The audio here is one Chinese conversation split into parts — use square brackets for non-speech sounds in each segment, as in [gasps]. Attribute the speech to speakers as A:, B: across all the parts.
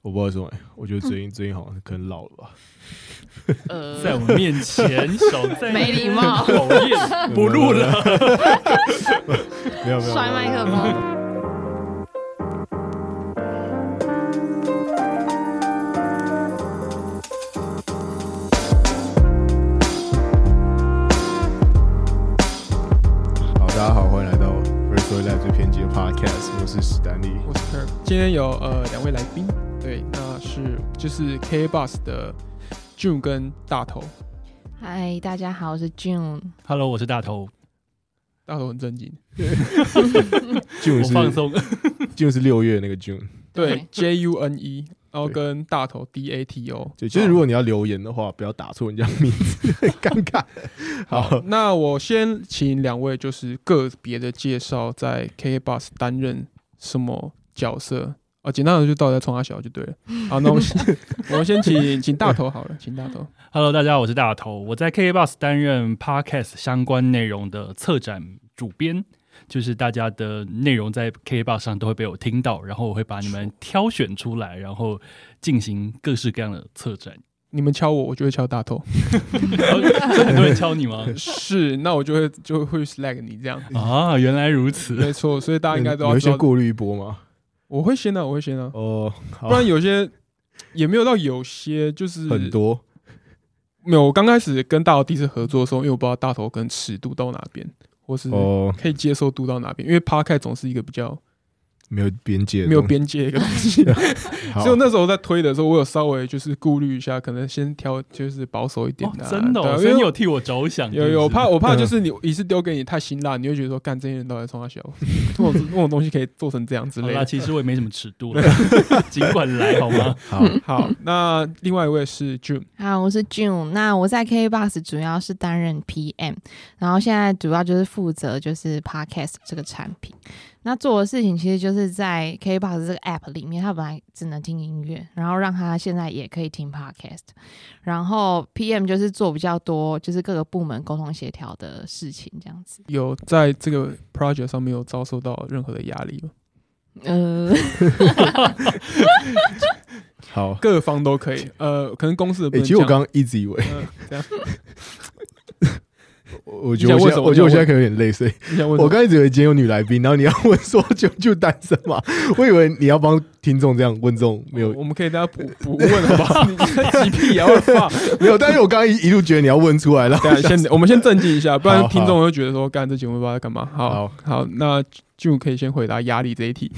A: 我不知道为什么欸，我觉得
B: 嗯
A: 最近最近好像可能老了吧，
B: 在我
C: 呃，
B: 们面
C: [laughs]
B: 前少在
C: 没礼貌
B: 讨厌，啊不录了。
A: [laughs] 没有没有，
C: [laughs] 摔麦克风。
A: 好，大家好，欢迎来到 First Story Live 最偏激的 Podcast，我是史丹利。
D: 我是 Kirk，今天有呃两位来宾，对，那是就是 K Bus 的 June 跟大头，
C: 嗨，大家好，我是 June。
B: Hello，我是大
D: [laughs]
B: 头，
D: 大头很震惊，
A: June
B: 我
A: 是
B: 放松。
A: June 是六月那个 June，
D: 对 J U N E，然后跟大头 D A T O，
A: 对，就是如果你要留言的话，不要打错人家名字， [laughs] 很尴尬。好，
D: 那我先请两位就是个别的介绍，在 K Bus 担任什么角色啊？简单的就到底在冲他小就对了。好，那我们先
A: [laughs]
D: 我们先请请大头好了，请大头。
B: Hello，大家好，我是大头，我在 KK Bus 担任 Podcast 相关内容的策展主编，就是大家的内容在 KK Bus 上都会被我听到，然后我会把你们挑选出来，然后进行各式各样的策
D: [laughs]
B: 展。
D: 你们敲我，我就会敲
A: [laughs]
D: 大头。
B: 然后所以很多人敲你
D: [laughs]
B: 吗？
D: 是，那我就会就会 slag 你这样。
B: 啊，原来如此。
D: [laughs] 没错，所以大家应该都
A: 你
D: 要
A: 会
D: 知道
A: 先过滤一波吗？
D: 我会先啊，我会先啊，
A: 哦，好
D: 不然有些也没有到有些就是
A: 很多，
D: 没有。我刚开始跟大头第一次合作的时候，因为我不知道大头跟尺度到哪边，或是
A: 哦，
D: 可以接受度到哪边，因
B: 哦
D: 为 p a r k 总是一个比较
A: 没有边界，
D: 没有，边界的一个东西。
A: 好
D: 所以，我那时候在推的时候，我有稍微就是顾虑一下，可能先挑就是保守一点
B: 哦
D: 的、啊，
B: 真的、
D: 对啊
B: 哦，所以
D: 因
B: 你
D: 为
B: 有替我着想，
D: 有
B: 是不
D: 有，
B: 是嗯
D: 我怕我怕就是你一次丢给你太辛辣，你会觉得说干这些人到底在冲他笑，这种这种东西可以做成这样之
B: 好
D: 类
B: 啦，
D: 的。
B: 其实我也没什么尺度
D: [laughs]
B: 了，尽管来好吗？
A: 好，
D: 好，那另外一位是 June，
C: 好，我是 June。那我在 KBox 主要是担任 PM，然后现在主要就是负责就是 Podcast 这个产品。那做的事情其实就是在 KBox 这个 App 里面，它本来只能听音乐，然后让它现在也可以听 Podcast。然后 PM 就是做比较多，就是各个部门沟通协调的事情这样子。 [laughs]
D: 有在这个 project 上面有遭受到任何的压力吗？
C: 呃，
A: 好。
D: 各方都可以，呃，可能公司的不
A: 哎，
D: 能
A: 其实我
D: 讲
A: 刚刚一直以为，
D: 呃这样，
A: 我我觉得我现
D: 你想
A: 在
D: 问什么
A: 我觉得我现在可能有点累，所以
D: 你想问什么
A: 我刚才以为今天有女来宾，然后你要问说就就单身嘛？ [laughs] 我以为你要帮听众这样问这种没有
D: 我们可以大家补补问好不
A: [laughs]
D: 好？你这急屁也啊要放，
A: 没有，但是我刚刚一一路觉得你要问出来了。[laughs]
D: [laughs] 对，啊先我们先镇静一下，不
A: 好
D: 然
A: 好
D: 听众会觉得说干这节目不知道在干嘛。好
A: 好
D: 好，那就可以先回答压力这一题。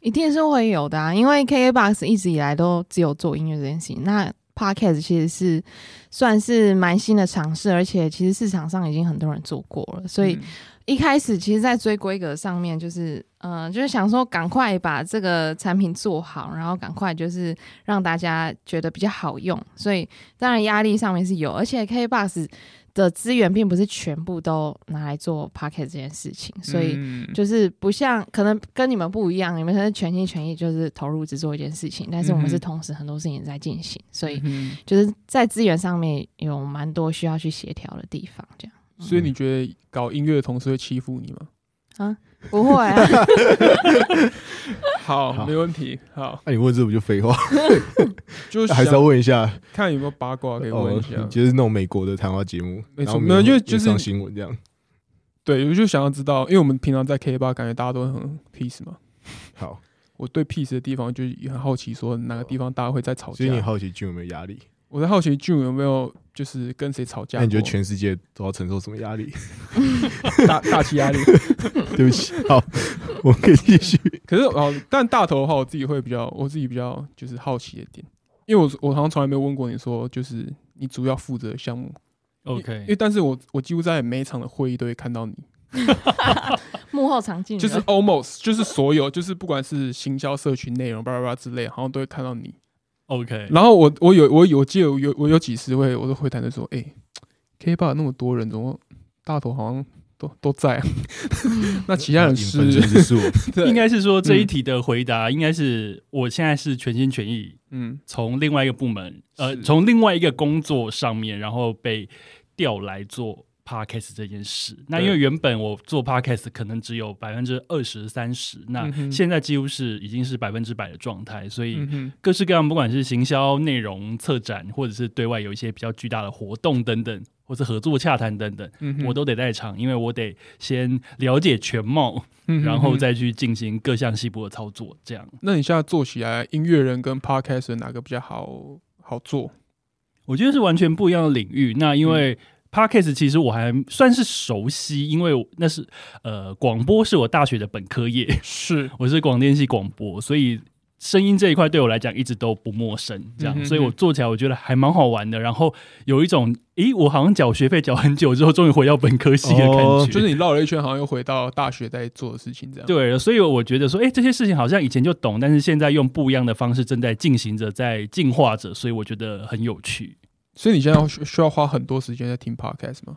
C: 一定是会有的啊，因为 KKBOX 一直以来都只有做音乐这件事情。那 Podcast 其实是算是蛮新的尝试，而且其实市场上已经很多人做过了，所以
D: 嗯
C: 一开始其实，在追规格上面，就是呃，就是想说赶快把这个产品做好，然后赶快就是让大家觉得比较好用，所以当然压力上面是有，而且 KBox 的资源并不是全部都拿来做 Podcast 这件事情，所以。
D: 嗯
C: 就是不像，可能跟你们不一样，你们是全心全意就是投入只做一件事情，但是我们
D: 嗯哼
C: 是同时很多事情在进行，所以
D: 嗯
C: 就是在资源上面有蛮多需要去协调的地方。这样
D: 所以你觉得搞音乐的同事会欺负你吗？
C: [laughs] 不会 [laughs] 啊，
D: 好，
A: 嗯好
D: 没问题。好，
A: 那、你问这不就废话？
D: 就是
A: 还是要问一下，
D: 看有没有八卦可以问一下
A: 哦。就是那种美国的谈话节目，
D: 没错
A: 然后
D: 没有就
A: 也
D: 就是
A: 上新闻这样。
D: 对，我就想要知道，因为我们平常在 K 吧，感觉大家都很 peace 嘛。
A: 好，
D: 我对 peace 的地方就是也很好奇，说哪个地方大家会在吵
A: 所以你
D: 架。
A: 好奇君有没有压力？
D: 我在好奇 June 有没有就是跟谁吵架过？
A: 那你觉得全世界都要承受什么压力？ [laughs]
D: 大大气压力？ [laughs]
A: 对不起，好，我们可以继续。
D: 可是哦，但大头的话，我自己会比较，我自己比较就是好奇的点，因为我我好像从来没有问过你说，就是你主要负责的项目。因为
B: OK，
D: 但是我我几乎在每一场的会议都会看到你，
C: 幕后常进人
D: 就是 almost 就是所有就是不管是行销、社群内容、巴拉巴拉之类，好像都会看到你。
B: OK，
D: 然后我我有我有我记得我有我有几十位我都会谈的说，哎、k bar 那么多人，怎么大头好像都都在、啊？ [laughs] 那其他人
A: 影分
D: 是
A: 身之术，
D: [laughs] 对
B: 应该是说这一题的回答应该是我现在是全心全意
D: 嗯
B: 从另外一个部门，呃，
D: 是
B: 从另外一个工作上面，然后被调来做 podcast 这件事。那因为原本我做 podcast 可能只有百分之二十三十，那
D: 嗯哼
B: 现在几乎是已经是百分之百的状态，所以
D: 嗯哼，
B: 各式各样，不管是行销、内容、策展，或者是对外有一些比较巨大的活动等等，或是合作洽谈等等，
D: 嗯哼
B: 我都得在场，因为我得先了解全貌，
D: 嗯哼
B: 然后。
D: 嗯哼
B: 再去进行各项细部的操作。这样，
D: 那你现在做起来，音乐人跟 podcast 哪个比较好好做？
B: 我觉得是完全不一样的领域。那
D: 嗯
B: 因为 podcast 其实我还算是熟悉，因为我那是呃广播是我大学的本科业，
D: 是，
B: 我是广电系广播，所以声音这一块对我来讲一直都不陌生，这样，
D: 嗯哼哼
B: 所以我做起来我觉得还蛮好玩的。然后有一种，诶，我好像缴学费缴很久之后，终于回到本科系的感觉，
A: 哦
D: 就是你绕了一圈，好像又回到大学在做的事情这样。，
B: 对，所以我觉得说，诶，哎这些事情好像以前就懂，但是现在用不一样的方式正在进行着，在进化着，所以我觉得很有趣。
D: 所以你现在需需要花很多时间在听 podcast 吗？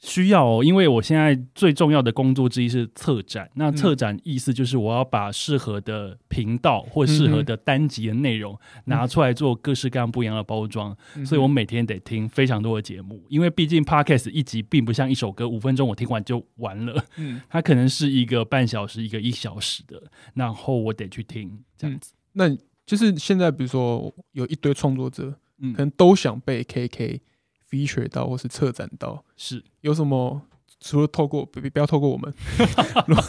B: 需要哦，因为我现在最重要的工作之一是策展。那策展意思就是我要把适合的频道或适合的单集的内容拿出来做各式各样不一样的包装，
D: 嗯
B: 所以我每天得听非常多的节目。因为毕竟 podcast 一集并不像一首歌，五分钟我听完就完了，
D: 嗯，
B: 它可能是一个半小时、一个一小时的，然后我得去听这样子。
D: 那你就是现在，比如说有一堆创作者，
B: 嗯，
D: 可能都想被 KK feature 到或是策展到，
B: 是
D: 有什么？除了透过不不要透过我
B: [laughs]
D: 们，如果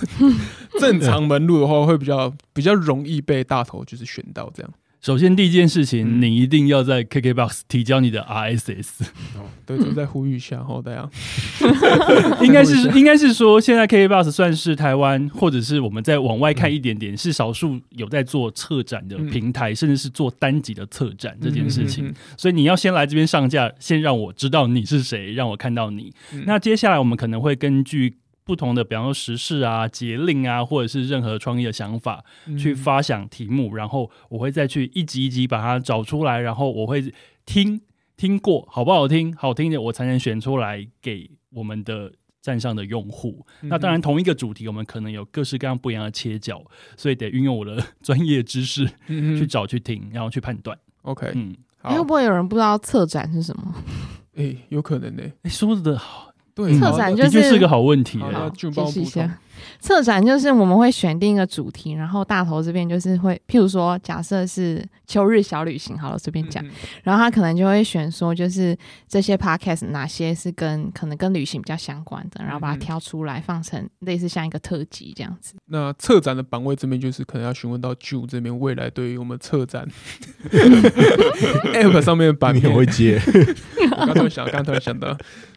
D: 正常门路的话，会比较比较容易被大头就是选到这样。
B: 首先第一件事情，
D: 嗯
B: 你一定要在 KKBOX 提交你的 RSS。
D: [laughs] 对，就在呼吁一下，然后大 [laughs] 家
B: 嗯应该是应该是说，现在 KK Bus 算是台湾，或者是我们再往外看一点点，是少数有在做策展的平台，甚至是做单集的策展这件事情。
D: 嗯嗯
B: 所以你要先来这边上架，先让我知道你是谁，让我看到你。
D: 嗯
B: 那接下来我们可能会根据。不同的，比方说时事啊、节令啊，或者是任何创意的想法，
D: 嗯
B: 去发想题目，然后我会再去一集一集把它找出来，然后我会听听过好不好听，好听的我才能选出来给我们的站上的用户。
D: 嗯
B: 那当然，，同一个主题我们可能有各式各样不一样的切角，所以得运用我的专业知识
D: 嗯嗯嗯
B: 去找、去听，然后去判断。
D: OK，
B: 嗯，
D: 好
C: 哎，会，不会有人不知道策展是什么？
D: 哎，有可能呢。
B: 诶说的好，
D: 对，
C: 策展
D: 好
C: 就
B: 的确
C: 是
B: 是个好问题、
D: 好
B: 诶
D: 那
C: 好
D: 俊帮我
C: 解释一
D: 补充
C: 下。策展就是我们会选定一个主题，然后大头这边就是会，譬如说，假设是秋日小旅行，好了，随
D: 嗯
C: 便讲，，然后他可能就会选说，就是这些 podcast 哪些是跟可能跟旅行比较相关的，然后把它
D: 嗯
C: 挑出来放成类似像一个特辑这样子。
D: 那策展的版位这边就是可能要询问到 Ju 这边未来对于我们
A: [laughs]
D: 策展 App 上面的版
A: 你
D: 面，
A: 很
D: 我
A: 会接，
D: 刚突然想，刚突然想到，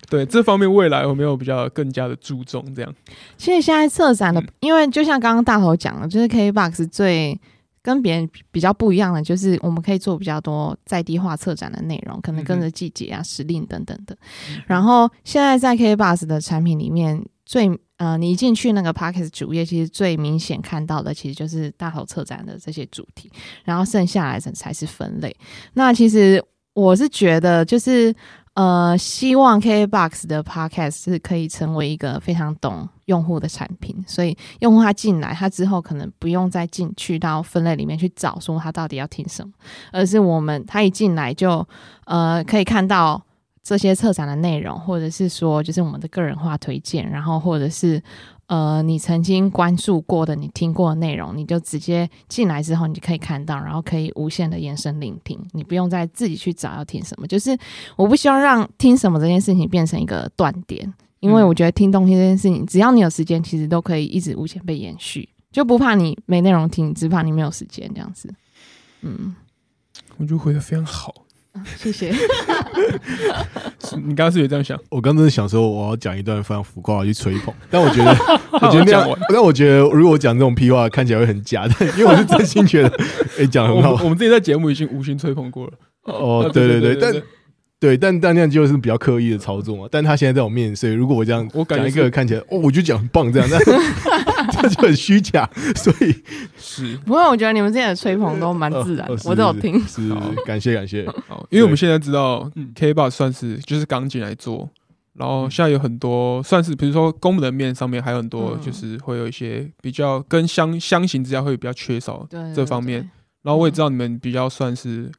D: 对这方面未来有没有比较更加的注重这样？
C: 其实现在策展的
D: 嗯，
C: 因为就像刚刚大头讲的，就是 KBox 最跟别人比较不一样的，就是我们可以做比较多在地化策展的内容，可能跟着季节啊、时令等等的。然后现在在 KBox 的产品里面，最呃，你一进去那个 Pockets 主页，其实最明显看到的其实就是大头策展的这些主题，然后剩下来才才是分类。那其实我是觉得就是。呃，希望 KBox 的 Podcast 是可以成为一个非常懂用户的产品，所以用户他进来，他之后可能不用再进去到分类里面去找说他到底要听什么，而是我们他一进来就呃可以看到这些策展的内容，或者是说就是我们的个人化推荐，然后或者是呃你曾经关注过的、你听过的内容，你就直接进来之后你就可以看到，然后可以无限的延伸聆听，你不用再自己去找要听什么。就是我不希望让听什么这件事情变成一个断点。因为
D: 嗯
C: 我觉得听东西这件事情，只要你有时间，其实都可以一直无限被延续，就不怕你没内容听，只怕你没有时间这样子。嗯，
D: 我觉得回的非常好，
C: 啊谢谢。
D: 是你刚刚是有这样想？
A: 我刚真的想说我要讲一段非常浮夸的去吹
D: [laughs]
A: 捧，但我觉得，我
D: 好
A: 觉得那
D: 讲
A: 样
D: 完，
A: 但我觉得如果我讲这种屁话看起来会很假，但因为我
D: [laughs]
A: 是真心觉得，哎，讲得
D: 我
A: 很
D: 们
A: 好
D: 我们自己在节目已经无心吹捧过了。
A: 哦
D: 啊，
A: 对对
D: 对
A: 对，但对，但但那样就是比较刻意的操作嘛。但他现在在我面前，所以如果我这样，
D: 我感觉
A: 讲一
D: 是
A: 个看起来哦，我就讲很棒这样，
D: [laughs]
A: 那这就很虚假。所以
D: 是
C: [laughs] 不过我觉得你们之前的吹捧都蛮自然的
A: 呃，是
C: 我都有听。
A: 是是
D: 好
A: 是感谢感谢。
D: 好，因为我们现在知道
B: 嗯
D: K b o x 算是就是刚进来做，
C: 嗯
D: 然后现在有很多算是，比如说功能面上面还有很多，
C: 嗯
D: 就是会有一些比较跟相相形之下会比较缺少。
C: [laughs] 对对
D: 这方面，
C: 嗯
D: 然后我也知道你们比较算是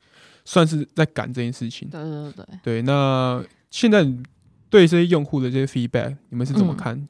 D: 算是在赶这件事情，
C: 对对对对对，
D: 对。那现在对这些用户的这些 feedback，你们是怎么
C: 嗯
D: 看？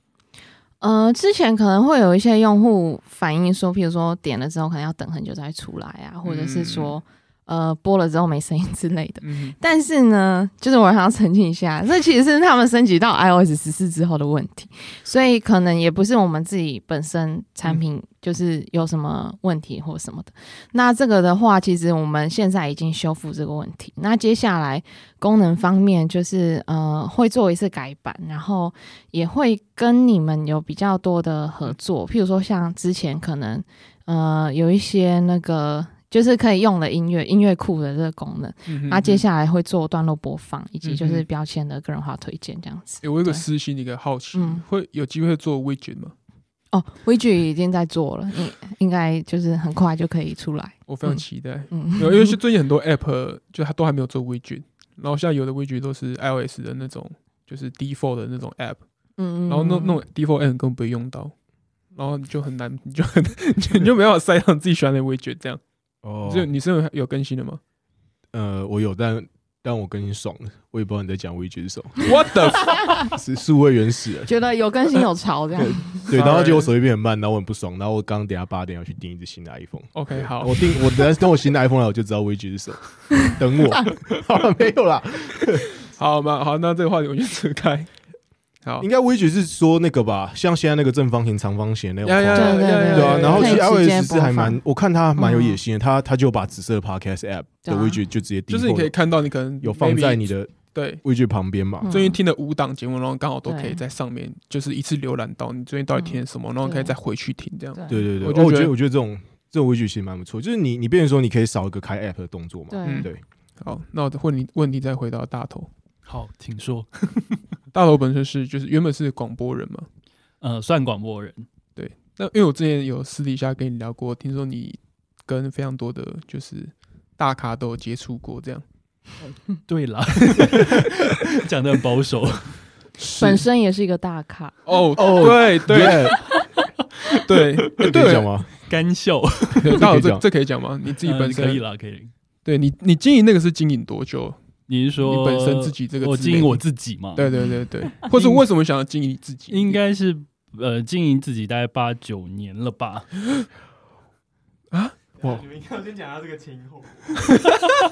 C: 呃，之前可能会有一些用户反映说，譬如说点了之后可能要等很久才出来啊，或者是说、呃播了之后没声音之类的。
D: 嗯，
C: 但是呢，就是我想要澄清一下， [laughs] 这其实是他们升级到 iOS 十四之后的问题，所以可能也不是我们自己本身产品就是有什么问题或什么的。那这个的话，其实我们现在已经修复这个问题。那接下来功能方面，就是呃会做一次改版，然后也会跟你们有比较多的合作，譬如说像之前可能呃有一些那个。就是可以用的音乐音乐库的这个功能，
D: 嗯
C: 啊那接下来会做段落播放，以及就
D: 嗯
C: 是
D: 哼
C: 标签的个人化推荐这样子。
D: 诶嗯我有一个
C: 对
D: 私心的一个好奇，
C: 嗯
D: 会有机会做 widget 吗？
C: 哦 w i d g e 已经在做了，
D: 嗯
C: 应应该就是很快就可以出来。
D: 我非常
C: 嗯
D: 期待。
C: 嗯，
D: 没有因为是最近很多 app 就它都还没有做 widget，然后现在有的 widget 都是 iOS 的那种，就是 default 的那种 app，
C: [laughs] 嗯
D: 然后那那种 default app 根本不会用到，然后你就很难，你就很 [laughs] 你就你就没办法塞上自己喜欢的 widget 这样。
A: 哦
D: 就你是有有更新的吗
A: 呃，我有，但但我跟你爽了，我也不知道你在讲 Wii 是什么，
D: ？What the？fuck？
A: [laughs] 是数位原始人。
C: 觉得有更新有潮这样。
A: 对，然后
D: Sorry
A: 结果手机变很慢，然后我很不爽，然后我刚刚等一下八点要去订一只新的 iPhone。
D: [laughs] OK，好
A: 我，订我等等我新的 iPhone 来，我就知道 Wii 是什么。 [laughs] 等
D: [laughs]
A: 我，好了，没有啦，
D: 好嘛，好，那这个话题我们就扯开。好
A: 应，该 Wii 是说那个吧，像现在那个正方形、长方形那种
D: 呀
A: 框。
C: [laughs]
D: 呀
C: 对对
D: 呀呀
A: 对啊，
D: 呀
A: 然后
C: 可
A: 其
C: 以
A: 实
C: 直接
A: iOS
C: 播
A: 是还
C: 放
A: 蛮，我看他蛮有野
C: 嗯
A: 心的，他他就把紫色的 Podcast app 的
C: 对啊
A: widget 就直接
D: 就是你可以
A: default
D: 看到你可能
A: 有放在
D: maybe-
A: 你的
D: 对。
A: widget 旁边嘛
C: 嗯。
D: 最近听的五档节目，然后刚好都可以
C: 对嗯
D: 在上面，就是一次浏览到你最近到底听了什么，然后可以再回去听这样。
C: 啊
A: 对对对，哦
D: 我就
A: 我
D: 觉
A: 觉
D: 得
A: 得我觉得这种这种 widget 其实蛮不错，就是你你变成说你可以少一个开 app 的动作嘛。
D: 嗯
C: 对
A: 对，
D: 好，那我的问你问题再回到大头，
B: 好，请说。
D: 大头本身是就是原本是广播人嘛，
B: 呃，算广播人，
D: 那因为我之前有私底下跟你聊过，听说你跟非常多的就是大咖都有接触过，这样
B: 对啦， [laughs] 讲的很保
D: [laughs]
B: 守。
C: 本身也是一个大咖，
D: 哦
A: 哦
D: 对对
A: 耶，
D: [laughs] 对
A: 这
D: 对
A: 可以讲
D: 对，
A: 吗？
B: 干笑，
D: 大
A: 这可
D: 头
A: 以
D: 这
A: 讲
D: 这可以讲吗？你自己本
B: 嗯可以
D: 身
B: 啦，可以。
D: 对你你经营那个是经营多久？
B: 你是
D: 你
B: 说
D: 本身自己这个
B: 我
D: 自
B: 经
D: 媒
B: 营我
D: 体
B: 自己嘛？
D: 对对对对，或者为什么想要经营你自己？
B: 应该是呃经营自己大概八九年
E: [gasps]
B: 了吧。
A: 哇
E: 啊你们应该要先讲下这个前因后果。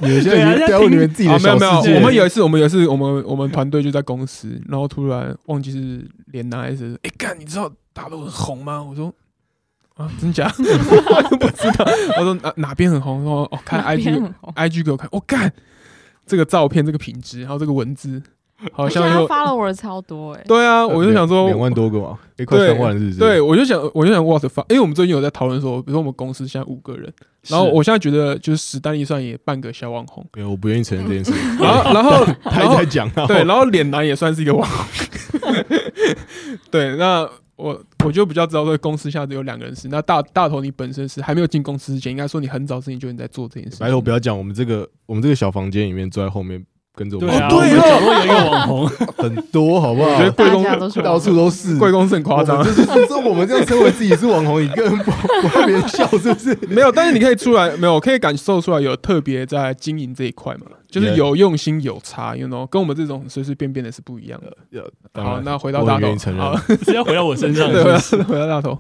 A: 你们现在已经
B: 对啊
A: 掉入你们自己的
D: 啊，没
A: 小
D: 有没有
A: 世，界。
D: 我们有一次，我们有一次，我们我们团队就在公司，然后突然忘记是连拿还是哎干、你知道大陆很红吗？我说啊，真假？ [laughs] 我就不知道。我说啊哪哪边很红？说哦，看
C: 哪边
D: IG
C: 很红
D: IG 给我看，我、哦干这个照片，这个品质，还有这个文字，好
C: 而且
D: 像
C: 他
D: 又
C: follower 超多哎。
D: 对啊，我就想说
A: 呃两万多个嘛，诶快
D: 对
A: 三万了是不是？
D: 对，，我就想，我就想 what the fuck？因为我们最近有在讨论说，比如说我们公司现在五个人，然后
B: 是
D: 我现在觉得就是史丹利算也半个小网红，
A: [laughs] 没有，我不愿意承认这件事。
D: [laughs] 然后然后
A: 他
D: 然
A: 一直
D: 后
A: 在讲，啊然后
D: 啊
A: [laughs]
D: 对，然后脸男也算是一个网 [laughs] 红。对，那我我就比较知道这个公司现在有两个人是，那大大头你本身是还没有进公司之前，应该说你很早之前就已经在做这件事。
A: 白头不要讲，我们这个我们这个小房间里面坐在后面跟着我
B: 对
A: 们
B: 啊，
D: 哦对
B: 我们
D: 哦
B: 角落有一个网红， [laughs]
A: 很多，好不
D: 我觉得
A: 好？
D: 贵
C: 大
D: 公
C: 家都是
A: 到处都是，
D: 贵公司很夸
A: 我
D: 张
A: 们，就是这我们这样称为自己是网红，你根本不不怕别人笑，是不
D: [laughs]
A: 是？
D: 没有，但是你可以出来，没有可以感受出来有特别在经营这一块嘛，就是有用心有差，you know，跟我们这种随随便便的是不一样的。好，那回到
A: 我
D: 大
A: 也愿意
D: 头，
A: 承认
D: 好，
B: 是要回到我身上。
D: 对，啊
B: 是
D: 回
B: 不是
D: 到回到大头，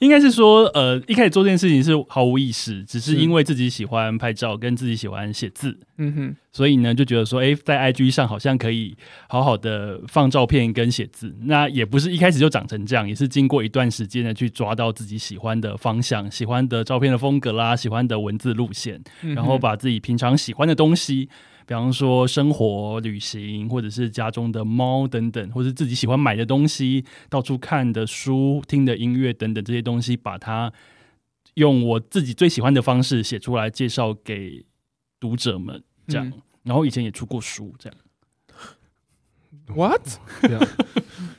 B: 应该是说，呃，一开始做这件事情是毫无意识，只是因为自己喜欢拍照，跟自己喜欢写字，
D: 嗯哼，
B: 所以呢就觉得说，哎、在 IG 上好像可以好好的放照片跟写字。那也不是一开始就长成这样，也是经过一段时间呢去抓到自己喜欢的方向、喜欢的照片的风格啦、喜欢的文字路线，
D: 嗯哼
B: 然后把自己平常喜欢的东西。比方说生活、旅行，或者是家中的猫等等，或是自己喜欢买的东西、到处看的书、听的音乐等等这些东西，把它用我自己最喜欢的方式写出来，介绍给读者们。这样，
D: 嗯
B: 然后以前也出过书，这样
D: what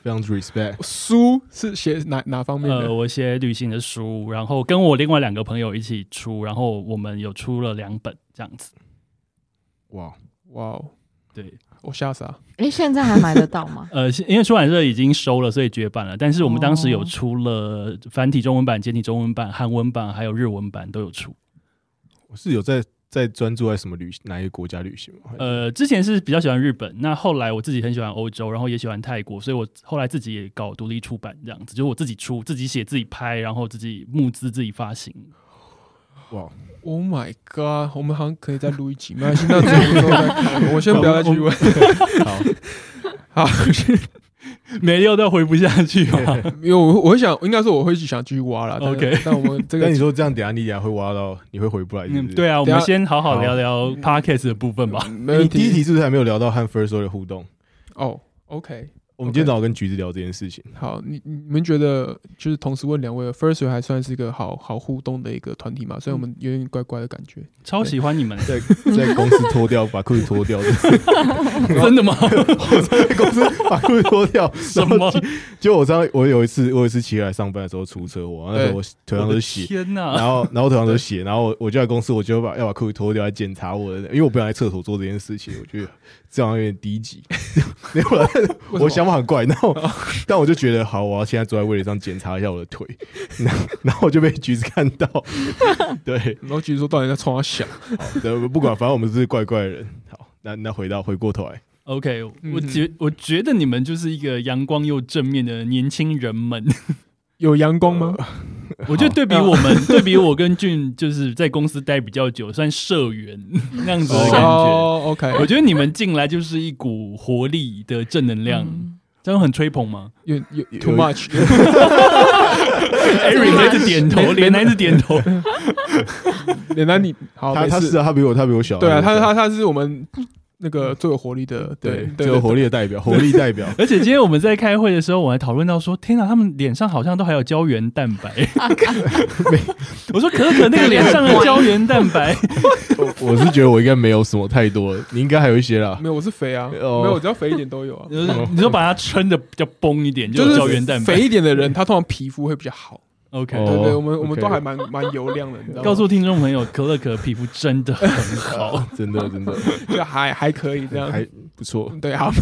A: 非常 respect。
D: 书是写哪哪方面
B: 呃，
D: 的？
B: 我写旅行的书，然后跟我另外两个朋友一起出，然后我们有出了两本这样子。
A: 哇，
D: 哇哦，
B: 对，？
D: 我吓傻。
C: 哎，现在还买得到吗
B: 呃，是因为出版社已经收了，所以绝版了。但是我们当时有
C: 哦
B: 出了繁体中文版、简体中文版、韩文版，还有日文版都有出。
A: 我是有在在专注在什么旅哪一个国家旅行吗？
B: 呃，之前是比较喜欢日本，那后来我自己很喜欢欧洲，然后也喜欢泰国，所以我后来自己也搞独立出版，这样子，就是我自己出、自己写、自己拍，然后自己募资、自己发 [laughs] 行。
A: 哇，
D: Oh my god！我们好像可以再录一集，没 [laughs] 关系，那之后之后再看。我先不要再去问。 [laughs]
A: 好，
D: 好，
B: 没料到回不下去啊！
D: 因为我我会想，应该说我会去想继续挖了。但
B: OK
D: 但我们这
A: 那
D: 个
A: 你说这样，等一下你等一下会挖到，你会回不来是不
B: 嗯
A: 是，，
B: 对啊，我
D: 等
B: 们
D: 下
B: 先好好聊聊 podcast 的部分吧。
D: 没问
A: 你第一
D: 题。
A: 题是不是还没有聊到和 First Story 的互动？
D: 哦，OK，
A: 我们今天早上跟橘子聊这件事情，
D: 好，你你们觉得就是同时问两位，First Story 还算是一个好好互动的一个团体嘛？所以我们有点怪怪的感觉。
B: 超喜欢你们，
A: 在在公司脱掉，把裤子脱
D: [laughs]
A: 掉，
B: [laughs] 真的 [laughs] 吗？
A: 在公司把裤子脱掉，
B: 什
A: 然后
B: 么？
A: 就我上我有一次，我有一次骑来上班的时候出车祸，那时候我
D: 哎
A: 腿上
B: 我
A: 都是
B: 的
A: 血，
B: 天哪、
A: 然后然后腿上都是血，然后我我就在公司，我就把要把裤子脱掉来检查我的，因为我不想在厕所做这件事情，我觉得这样有点低级。 [laughs] 没有啦，
D: 为什么哦
A: 我想法很怪，然后但我就觉得好，我要现在坐在位置上检查一下我的腿，然后然后我就被橘子看到， [laughs] 对，
D: 然后继续说到底在冲他想，
A: 好的，不管，反正我们是怪怪的人。好，那那回到回过头来，
B: OK，我
D: 嗯哼
B: 觉我觉得你们就是一个阳光又正面的年轻人 [laughs] 们。
D: 有阳光吗？
B: 我觉得对比我们，对比我跟俊，就是在公司待比较久，算社员那样子
A: 呃
B: 的感觉。
D: 哦，OK，
B: 我觉得你们进来就是一股活力的正能 [laughs] 量，
C: 嗯
B: 这样很吹捧 [laughs] 吗
D: 有有有 too
A: 有
D: much， [laughs]
B: ？Eric 还一直点头，连男一直点头。
D: 脸蛋你好，
A: 他
D: 没
A: 他
D: 事
A: 是啊，他比我他比我小，
D: 对啊，
A: 比我
D: 他
A: 小
D: 他他是我们那个最有活力的，对
A: 对，最
D: 对
A: 有活力的代
D: [laughs]
A: 表，活力代表。 [laughs]
B: [laughs] 而且今天我们在开会的时候，我还讨论到说，天哪，他们脸上好像都还有胶原蛋
D: [laughs]
B: 白。我说可可那个脸上的胶原蛋
D: [laughs]
B: 白，
A: 我我是觉得我应该没有什么太多，你应该还有一些啦。
D: 没有，我是肥啊，没
A: 哦
D: 有，我只要肥一点都有啊。
B: 你说把它撑的比较崩一点，就 [laughs]
D: 就
B: 有
D: 是
B: 胶原蛋白
D: 肥。一点的人，他通常皮肤会比较好。
B: OK，
A: 哦
D: 对对，我们我们
A: OK
D: 都还蛮蛮油亮的，你知道吗？
B: 告诉听众朋友，可乐可的皮肤真的
D: [laughs]
B: 很好。
A: 真的真的
D: 就还还可 [laughs] 以这样。
A: 还不
D: [laughs]
A: 错，
D: 对，好，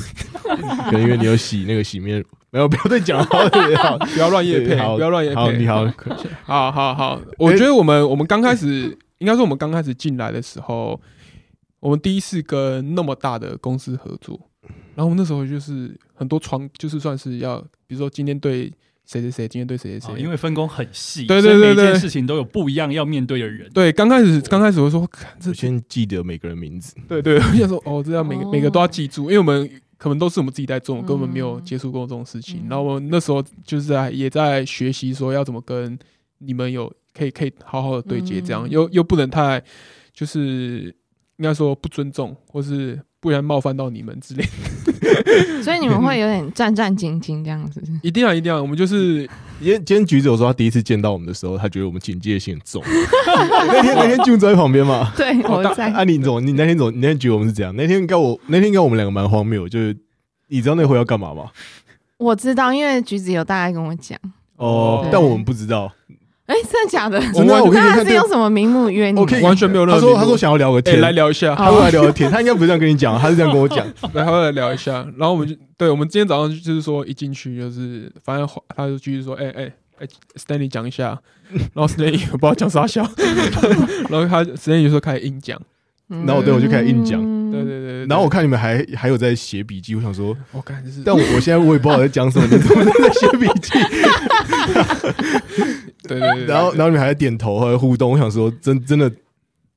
A: 可能因为你有洗那个洗面乳。没有，不要再讲了，好对好
D: 不要乱夜配，
A: 对好
D: 不要乱夜
A: 好，你
D: 配。
A: 好，
D: 好好好，我觉得我们我们刚开始，应该说我们刚开始进来的时候，我们第一次跟那么大的公司合作，然后我们那时候就是很多窗，就是算是要，比如说今天对谁谁谁，今天对谁谁
B: 哦
D: 谁，
B: 因为分工很细，
D: 对
B: 所以
D: 对对
B: 每一件
D: 对
B: 事情都有不一样要面对的人。
D: 对，刚开始刚开始我说，看这
A: 我先记得每个人名字。
D: 对 [laughs] 对，我想说，哦，这要每个、每个都要
C: 哦
D: 记住，因为我们可能都是我们自己在做，我们根本没有
C: 嗯
D: 接触过这种事情。
C: 嗯
D: 然后我们那时候就是在也在学习说要怎么跟你们有可以可以好好的对接，这样、
C: 嗯
D: 又又不能太就是应该说不尊重，或是不然冒犯到你们之类的。
C: 嗯所以你们会有点战战兢兢这样
D: [laughs]
C: 子。
D: 一定啊要一定要，我们就是
A: 今天今天橘子有说他第一次见到我们的时候，他觉得我们警戒性很重。那天那天俊在旁边嘛，
C: 对，我在
A: 啊，你怎么你那天怎么你那天觉得我们是怎样？那天应该我那天应该我们两个蛮荒谬，就是你知道那回要干嘛吗？
C: 我知道，因为橘子有大概跟我讲，
A: 哦
D: 对，
A: 但我们不知道。
C: 哎，真的假的？
A: 真的啊，我给你
C: 那
A: 看
C: 他是
A: 这
C: 用什么名目约你
A: 我可以
C: 们？
D: 完全没有
A: 他
D: 任何
A: 说
D: 名
A: 他说
D: 目
A: 想要聊个
D: 哎、
A: 天，
D: 来聊一下。
A: 他过来聊天，他应该不是这样跟你讲，他是这样跟我讲。
D: 然后来聊一下，然后我们就对，我们今天早上就是说一进去就是，反正他就继续说，哎哎哎，Stanley 讲一下，
C: [laughs]
D: 然后 Stanley 也不知道讲啥笑， [laughs] 然后他 Stanley 就说开始硬讲，
C: 嗯
A: 然后对我就开始硬讲
D: 对对对对，
A: 然后我看你们还还有在写笔记，我想说，
D: 我感觉是，
A: 但我我现在我也不知道我在讲什么，你怎么在写笔记？
D: 对对对对，
A: 然后然后你们还在点头还在互动，我想说，真真的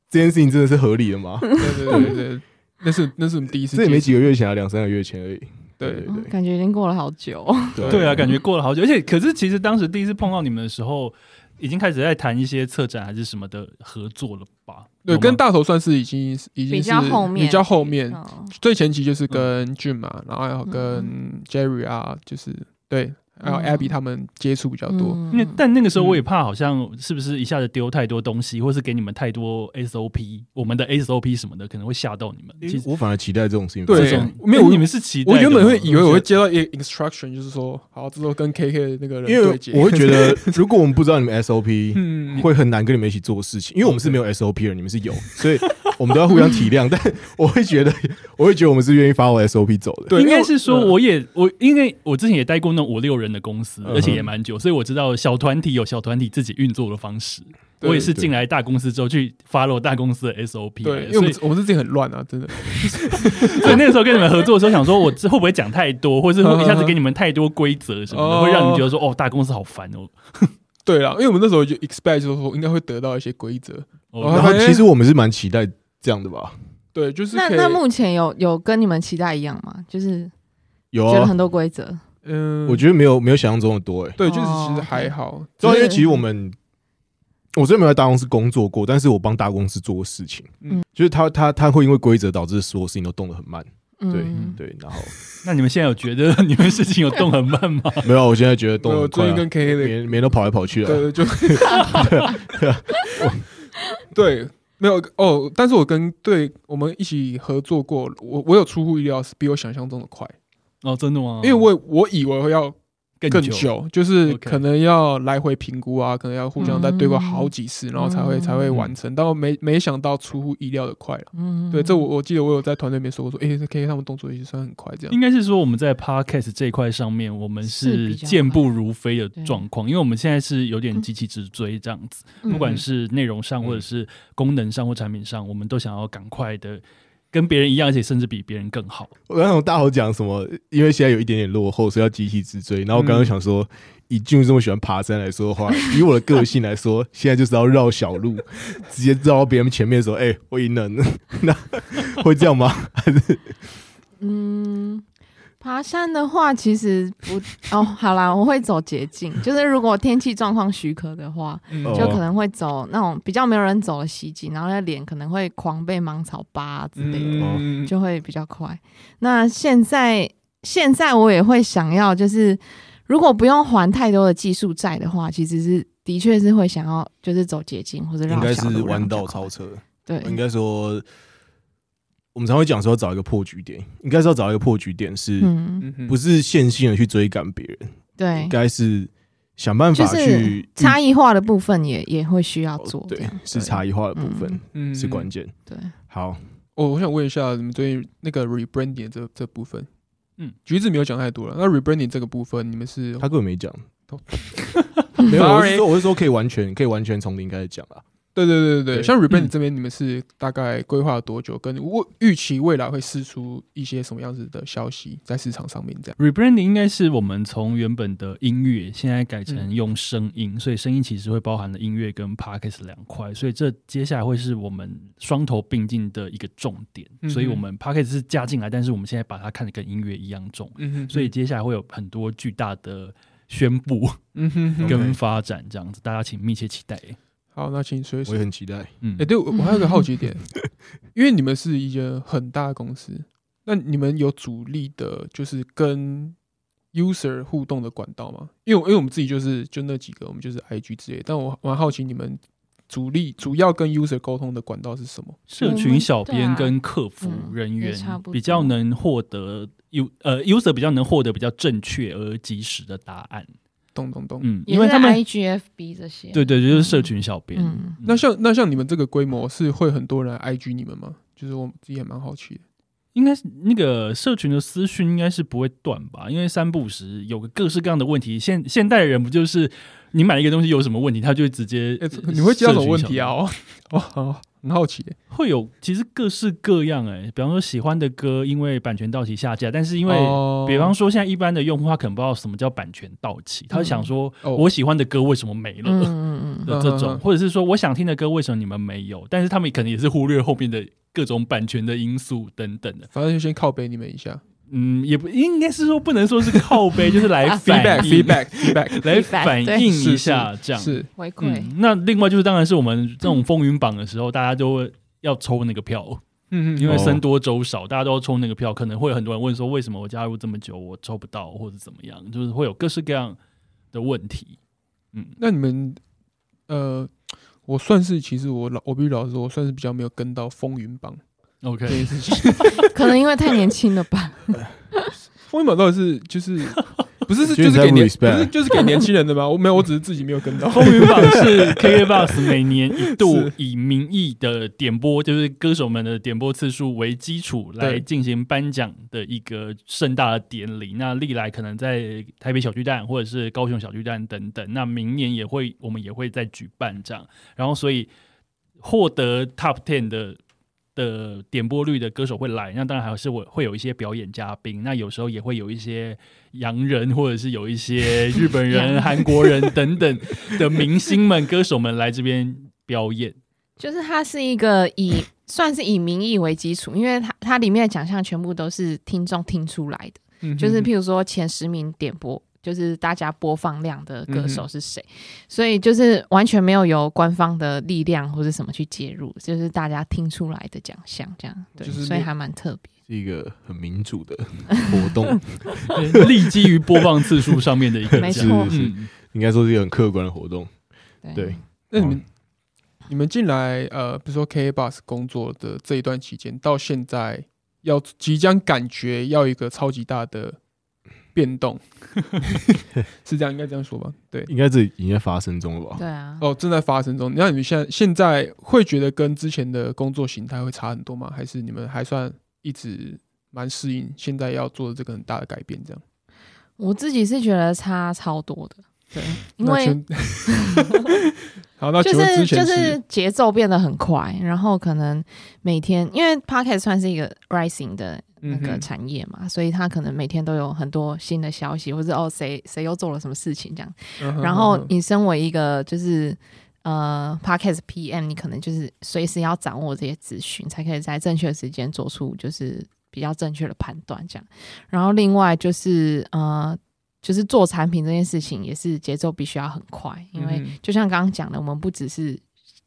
A: 这件事情真的是合理的吗？
D: 对对对对对，那是那是我们第一次
A: 这也没
D: 接触，
A: 几个月前啊，两三个月前而已。
D: 对，
C: 哦感觉已经过了好久。
A: 对
B: 对啊，感觉过了好久，而且可是其实当时第一次碰到你们的时候，已经开始在谈一些策展还是什么的合作了吧？
D: 对，
B: 有吗
D: 跟大头算是已经已经
C: 比
D: 是
C: 较后面
D: 比较后面，
C: 嗯
D: 最前期就是跟
A: 嗯
D: 俊嘛，然后还有跟 Jerry 啊，就是对，还有
C: 嗯
D: Abby 他们接触比较多，
C: 嗯
B: 因为但那个时候我也怕，好像是不是一下子丢太多东西，或是给你们太多 SOP，我们的 SOP 什么的可能会吓到你们。其实
A: 我反而期待这种事情。
D: 对
B: 这种
D: 没
B: 因
D: 有
B: 为
D: 我
B: 你们是期待
D: 我
B: 的吗，
D: 原本会以为我会接到一个 instruction，就是说，好，之后跟 KK 的那个人
A: 因为
D: 对接。
A: 我
D: [laughs]
A: 会觉得，如果我们不知道你们 SOP，
D: 嗯，
A: 会很难跟你们一起做事情，因为我们是没有 SOP 的，你们是有，所以我们都要互相体谅。 [laughs] 但我会觉得，我会觉得我们是愿意发我 SOP 走的。
D: 对，
B: 应
D: 因为
B: 该
D: 我嗯
B: 是说，我也我因为我之前也待过那种五六人的公司，
A: 嗯哼
B: 而且也蛮久，所以我知道小团体有小团体自己运作的方式。
D: 对
B: 我也是
A: 对
B: 进来大公司之后去 follow 大公司的 SOP，
D: 对，因为我
B: 所以
D: 们我们是自己很乱啊，真的。
B: 所以那个时候跟你们合作的时候，想说我这会不会讲太多，或者是会一下子
D: 嗯
B: 给你们太多规则什么的，
D: 哦
B: 会让你们觉得说哦，大公司好烦哦。
D: 对啦，因为我们那时候就 expect 就是说应该会得到一些规则，
B: 哦
D: 哦
A: 然后其实我们是蛮期待这样的吧？
D: 对，就是
C: 那
D: 可以
C: 那目前有有跟你们期待一样吗？就是
A: 有
C: 觉得
A: 啊，
C: 很多规则，
D: 嗯，
A: 我觉得没有没有想象中的多哎、欸。
D: 对，就是
C: 哦
D: 其实还好，
A: 主要因为
C: 就是
A: 其实我们，我虽然没有在大公司工作过，但是我帮大公司做过事情。
D: 嗯
A: 嗯，就是他他他会因为规则导致所有事情都动得很慢。
C: 嗯，
A: 对， [laughs] 然后
B: [laughs] 那你们现在有觉得你们事情有动很慢吗？
A: 没有，我现在觉得动得
D: 我
A: 很
D: 呃最
A: 快、
D: 近
A: 啊
D: 跟，K K
A: 每
D: 的
A: 人每人都跑来跑去啊。
D: 对，就对，没有哦。但是我跟对我们一起合作过，我我有出乎意料，是比我想象中的快，
B: 哦，真的吗？
D: 因为我我以为会要
B: 更
D: 更
B: 久，
D: 久，就是
B: OK
D: 可能要来回评估啊，可能要互相再对过
C: 嗯
D: 好几次，然后才会才会
A: 嗯
D: 完成。但我没没想到出乎意料的快了。
C: 嗯
D: 对，这我我记得我有在团队里面说过，说诶，这 K K 他们动作也算很快，这样
B: 应该是说我们在 podcast 这一块上面，我们
C: 是
B: 是
C: 比较
B: 健步如飞的状况，因为我们现在是有点急起直追这样子，
C: 嗯
B: 不管是内容
A: 嗯
B: 上，或者是功能上或产品上，我们都想要赶快的跟别人一样，而且甚至比别人更好。
A: 我刚从大伙讲什么，因为现在有一点点落后，所以要集体直追。然后我刚刚想说，以俊这么喜欢爬山来说的话，以我的个性来说，现在就是要绕小路，直接绕到别人前面的时候，哎、我赢了。那 [laughs] 会这样吗？
C: 嗯，爬山的话，其实不哦，好啦，我会走捷径，就是如果天气状况许可的话，
D: 嗯
A: 哦
C: 就可能会走那种比较没有人走的袭击，然后那脸可能会狂被芒草拔啊之类的，
D: 嗯，
C: 就会比较快。那现在现在我也会想要，就是如果不用还太多的技术债的话，其实是的确是会想要就是走捷径或者绕
A: 应该
C: 小
A: 是
C: 路
A: 弯
C: 让
A: 道
C: 它快
A: 超车。
C: 对，
A: 应该说，我们常会讲说要找一个破局点，应该是要找一个破局点是，
C: 嗯
D: 嗯哼
A: 不是线性的去追赶别人，
C: 对
A: 应。该是想办
C: 就
A: 法去
C: 是
A: 预
C: 差异化的部分也也会需要做，这
A: 对
C: 样，
A: 是差异化的部分、
D: 嗯
A: 是关键。
C: 对，
A: 好，
D: 我我想问一下，你们对于那个 rebranding 这这部分，
B: 嗯，
D: 橘子没有讲太多了。那 rebranding 这个部分，你们是
A: 他根本没讲
D: 都。
A: 没有，我是
D: Sorry
A: 说，我是说可以完全可以完全从零开始讲啦。
D: 对对对对对，
A: 对
D: 像 rebranding
B: 嗯
D: 这边，你们是大概规划了多久？跟我预期未来会释出一些什么样子的消息在市场上面？这样，
B: Rebranding 应该是我们从原本的音乐，现在改成
D: 嗯
B: 用声音，所以声音其实会包含了音乐跟 Podcast 两块，所以这接下来会是我们双头并进的一个重点。
D: 嗯哼
B: 所以我们 Podcast 是加进来，但是我们现在把它看得跟音乐一样重，
D: 嗯哼
B: 所以接下来会有很多巨大的宣布
D: 嗯哼哼
A: OK
B: 跟发展，这样子大家请密切期待。
D: 好，那请随
A: 我
D: 时。
A: 也
D: 哎、
A: 很期待。
B: 嗯，
D: 对我我还有个好奇
B: [laughs]
D: 点，因为你们是一个很大的公司，那你们有主力的，就是跟 user 互动的管道吗？因为我因为我们自己就是就那几个，我们就是 IG 之类的，但我我蛮好奇你们主力主要跟 user 沟通的管道是什么？
B: 社群小
C: 我
B: 编
C: 们对啊
B: 跟客服人
C: 嗯
B: 员
C: 也差不多
B: 比较能获得 U 呃 user 比较能获得比较正确而及时的答案。
D: 咚咚咚。
B: 嗯，
C: 也
B: 因为
C: 是
B: 他们
C: IGFB 这些，
B: 对对，就是社群小编。
C: 嗯
D: 那像那像你们这个规模是会很多人来 IG 你们吗？就是我自己也蛮好奇的。
B: 应该是那个社群的私讯应该是不会断吧？因为三不五时有个各式各样的问题。现现代人不就是你买一个东西有什么问题，他就会直接、
D: 欸你会接到什么问题啊？
B: 社群小编？
D: 哦，哦好很好奇耶。
B: 会有其实各式各样哎、比方说喜欢的歌因为版权到期下架，但是因为、
D: 哦
B: 比方说，现在一般的用户他可能不知道什么叫版权到期，他就想说，
D: 哦
B: 我喜欢的歌为什么没
C: 嗯
B: 了
C: 嗯嗯
B: 的这
D: 嗯嗯嗯
B: 种，或者是说我想听的歌为什么你们没有？但是他们可能也是忽略后面的各种版权的因素等等的。
D: 反正就先靠背你们一下
B: 嗯，也不应该是说不能说是靠
D: [laughs]
B: 背，就是来
D: feedback
B: 反映
D: feedback feedback
B: 来
C: feedback，
B: 反
C: 对
B: 映
D: 啊是
B: 一下这样。
D: 是
C: 回 [laughs]
B: 嗯
C: 馈，，
B: 那另外就是当然是我们这种风云榜的时候，大家都会要抽那个票。
D: 嗯嗯，
B: 因为
A: 哦
B: 僧多粥少，大家都要抽那个票，可能会有很多人问说，为什么我加入这么久我抽不到，或者怎么样，就是会有各式各样的问题。嗯，
D: 那你们呃，我算是其实我老我必须老实说，我算是比较没有跟到风云榜这
B: OK，
D: 件事情。
C: 可能因为太年轻了吧，
D: [laughs] 风云榜到底是就是不是是
A: 觉
D: 就
A: 得你
D: 是给年
A: 才不
D: 不
A: respect
D: 是就是给年轻人的吗？我没有，我只是自己没有跟到。
B: 风云榜
D: [laughs]
B: 是 KKBOX 每年一度
D: 是
B: 以名义的点播，就是歌手们的点播次数为基础来
D: 对
B: 进行颁奖的一个盛大的典礼。那历来可能在台北小巨蛋或者是高雄小巨蛋等等，那明年也会我们也会再举办这样。然后所以获得 Top Ten 的。的点播率的歌手会来，那当然还是我会有一些表演嘉宾，那有时候也会有一些洋人或者是有一些日本
C: 洋
B: 人、
A: [laughs]
C: 人
B: 韩国人等等，的明星们、歌手们来这边表演。
A: [laughs]
C: 就是它是一个以 [clears throat] 算是以民意为基础，因为它它里面的奖项全部都是听众听出来的，
D: [laughs] 嗯
C: 就是
D: 哼
C: 譬如说前十名点播。就是大家播放量的歌
D: 嗯
C: 手是谁，所以就是完全没有由官方的力量或者什么去介入，就是大家听出来的奖项这样，对，
D: 就是
C: 所以
D: 那
C: 还蛮特别。
A: 是一个很民主的活动，
B: 立基于播放次数上面的一个
C: 没
A: 是
B: 奖。
C: 错
A: 是，
B: 嗯，
A: 应该说是一个很客观的活动。对，
D: 那你们你们进来呃，比如说 K Bus 工作的这一段期间，到现在要即将感觉要一个超级大的变 [laughs] 动，是这样应该这样说吧？对，
A: 应该这已经在发生中了吧？
C: 对啊，
D: 哦，正在发生中。那你们现在现在会觉得跟之前的工作形态会差很多吗？还是你们还算一直蛮适应现在要做的这个很大的改变？这样，
C: 我自己是觉得差超多的，对，因
D: 那
C: 为
D: 先
C: [laughs]
D: 好，那啊请
C: 就
D: 问之
C: 是就
D: 前
C: 是节奏变得很快，然后可能每天因为 podcast 算是一个 rising 的那
D: 嗯
C: 个
D: 哼
C: 产业嘛，所以他可能每天都有很多新的消息，或者哦谁谁又做了什么事情这样。
D: 嗯哼
C: 然后
D: 嗯哼
C: 你身为一个就是呃 podcast PM，你可能就是随时要掌握这些资讯，才可以在正确的时间做出就是比较正确的判断这样。然后另外就是呃。就是做产品这件事情也是节奏必须要很快，因为
D: 嗯哼
C: 就像刚刚讲的，我们不只是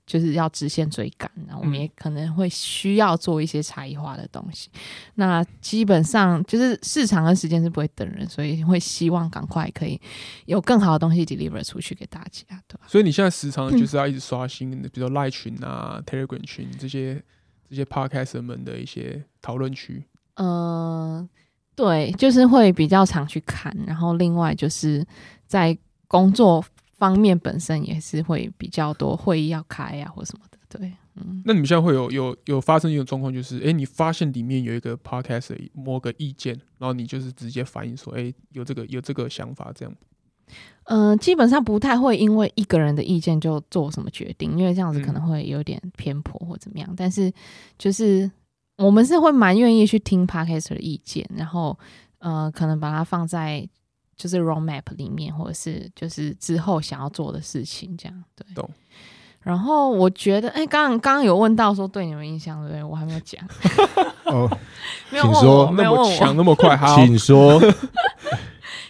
C: 就是要直线追赶，然后我们
D: 嗯
C: 也可能会需要做一些差异化的东西。那基本上就是市场跟时间是不会等人，所以会希望赶快可以有更好的东西 deliver 出去给大家，对吧？
D: 所以你现在时常就是要一直刷新，
C: 嗯
D: 比如说赖群啊、Telegram 群这些这些 Podcast 们的一些讨论区。
C: 嗯、对，就是会比较常去看，然后另外就是在工作方面本身也是会比较多会议要开呀、或什么的，对，嗯。
D: 那你们现在会有有有发生一种状况，就是哎、诶你发现里面有一个 podcast 的某个意见，然后你就是直接反映说，哎、有这个有这个想法这样。
C: 嗯、基本上不太会因为一个人的意见就做什么决定，因为这样子
D: 嗯
C: 可能会有点偏颇或怎么样。但是就是我们是会蛮愿意去听 podcast 的意见，然后呃，可能把它放在就是 roadmap 里面，或者是就是之后想要做的事情这样。对，
D: 懂
C: 然后我觉得，哎、刚刚刚刚有问到说对你们印象对不对？我还没有
D: [laughs]
C: 讲，
A: 哦，
C: 没有问
A: 请说
C: 我，没
D: 那
C: 有问
D: 么强，
C: 我。
D: 那么快，好，
A: 请说。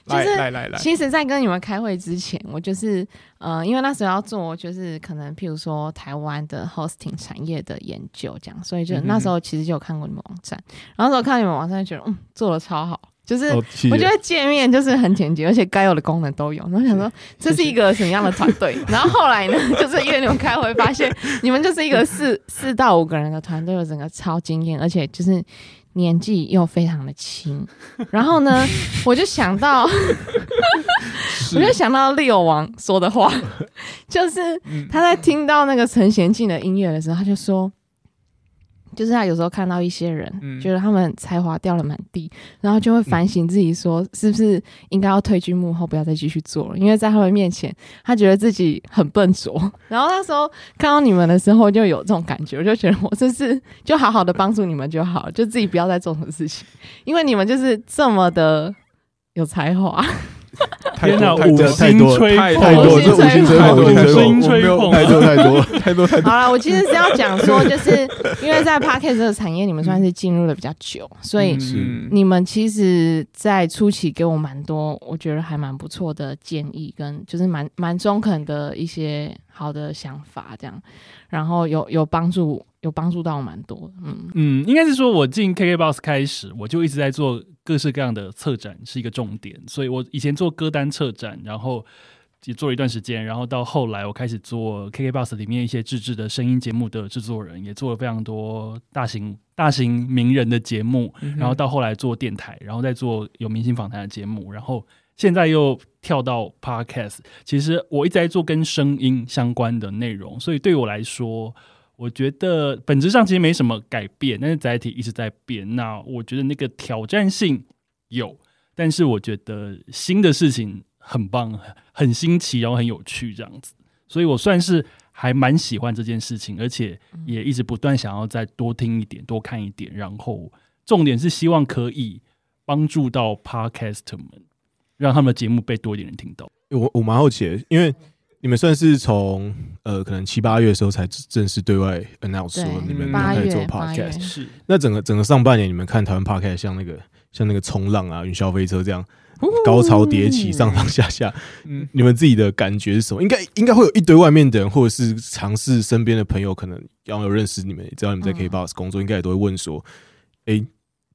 D: 来
C: 就是
D: 来来来，
C: 其实，在跟你们开会之前，我就是呃，因为那时候要做，就是可能譬如说台湾的 hosting 产业的研究这样，所以就
D: 嗯哼
C: 那时候其实就有看过你们网站，然后那时候看到你们网站，就觉得嗯，做的超好，就是
A: 哦，谢
C: 我觉
A: 谢。
C: 得界面就是很简洁，而且该有的功能都有。然后想
D: [laughs]
C: 说这是一个什么样的团队？然后后来呢，就是因为你们开会发现，你们就是一个四 [laughs] 四到五个人的团队，我整个超惊艳，而且就是年纪又非常的轻。然后呢， [laughs] 我就想到，我就想到利友王说的话， [laughs] 就是
D: 嗯
C: 他在听到那个陈贤进的音乐的时候，他就说。就是他有时候看到一些人，
D: 嗯
C: 觉得他们才华掉了满地，然后就会反省自己说，
D: 嗯
C: 是不是应该要退居幕后，不要再继续做了？因为在他们面前，他觉得自己很笨拙。 [laughs] 然后那时候看到你们的时候，就有这种感觉，我就觉得我就是就好好的帮助你们就好，就自己不要再做什么事情，因为你们就是这么的有才
B: [laughs]
C: 华。
D: 太
B: 天哪，
D: 多
B: 五
A: 这
D: 太
B: 星
A: 星吹
B: 吹
D: 捧
A: 太多了，这
C: 五
A: 五星
C: 星
A: 吹
C: 吹
A: 捧，五
D: 捧
A: 星
D: 五
A: 吹
D: 星
A: 捧，
D: 吹捧
A: 太多太多了。
D: 太多太多，
C: 好啦，我其实是要讲说， [laughs] 就是因为在 p a r k e t 这个产业，你们算是进入的比较久，所以
A: 是
D: 嗯
C: 你们其实，在初期给我蛮多，我觉得还蛮不错的建议，跟就是蛮蛮中肯的一些好的想法，这样，然后有有帮助，有帮助到我蛮多的，嗯，
B: 嗯，应该是说我进 KKBOX 开始，我就一直在做各式各样的策展，是一个重点。所以我以前做歌单策展，然后也做了一段时间，然后到后来我开始做 KKBOX 里面一些自制的声音节目的制作人，也做了非常多大型大型
D: 嗯
B: 名人的节目，然后到后来做电台，然后再做有明星访谈的节目，然后现在又跳到 podcast，其实我一直在做跟声音相关的内容，所以对我来说，我觉得本质上其实没什么改变，但是载体一直在变。那我觉得那个挑战性有，但是我觉得新的事情很棒，很很新奇，然后很有趣这样子，所以我算是还蛮喜欢这件事情，而且也一直不断想要再多听一点，多看一点，然后重点是希望可以帮助到 podcast 们。让他们的节目被多一点人听到。
A: 我我蛮好奇的，因为你们算是从呃可能七八月的时候才正式对外 announce 说
C: 对
A: 你们开
D: 嗯
C: 八
A: 始做
C: 月八月
A: podcast。
B: 是，
A: 那整个整个上半年，你们看台湾 podcast 像那个像那个冲浪啊、云霄飞车这样
C: 哦
A: 高潮迭起、上上下下，
D: 嗯，
A: 你们自己的感觉是什么？应该应该会有一堆外面的人，或者是尝试身边的朋友，可能要有认识你们，只要你们在
C: 嗯
A: KBox 工作，应该也都会问说：“哎、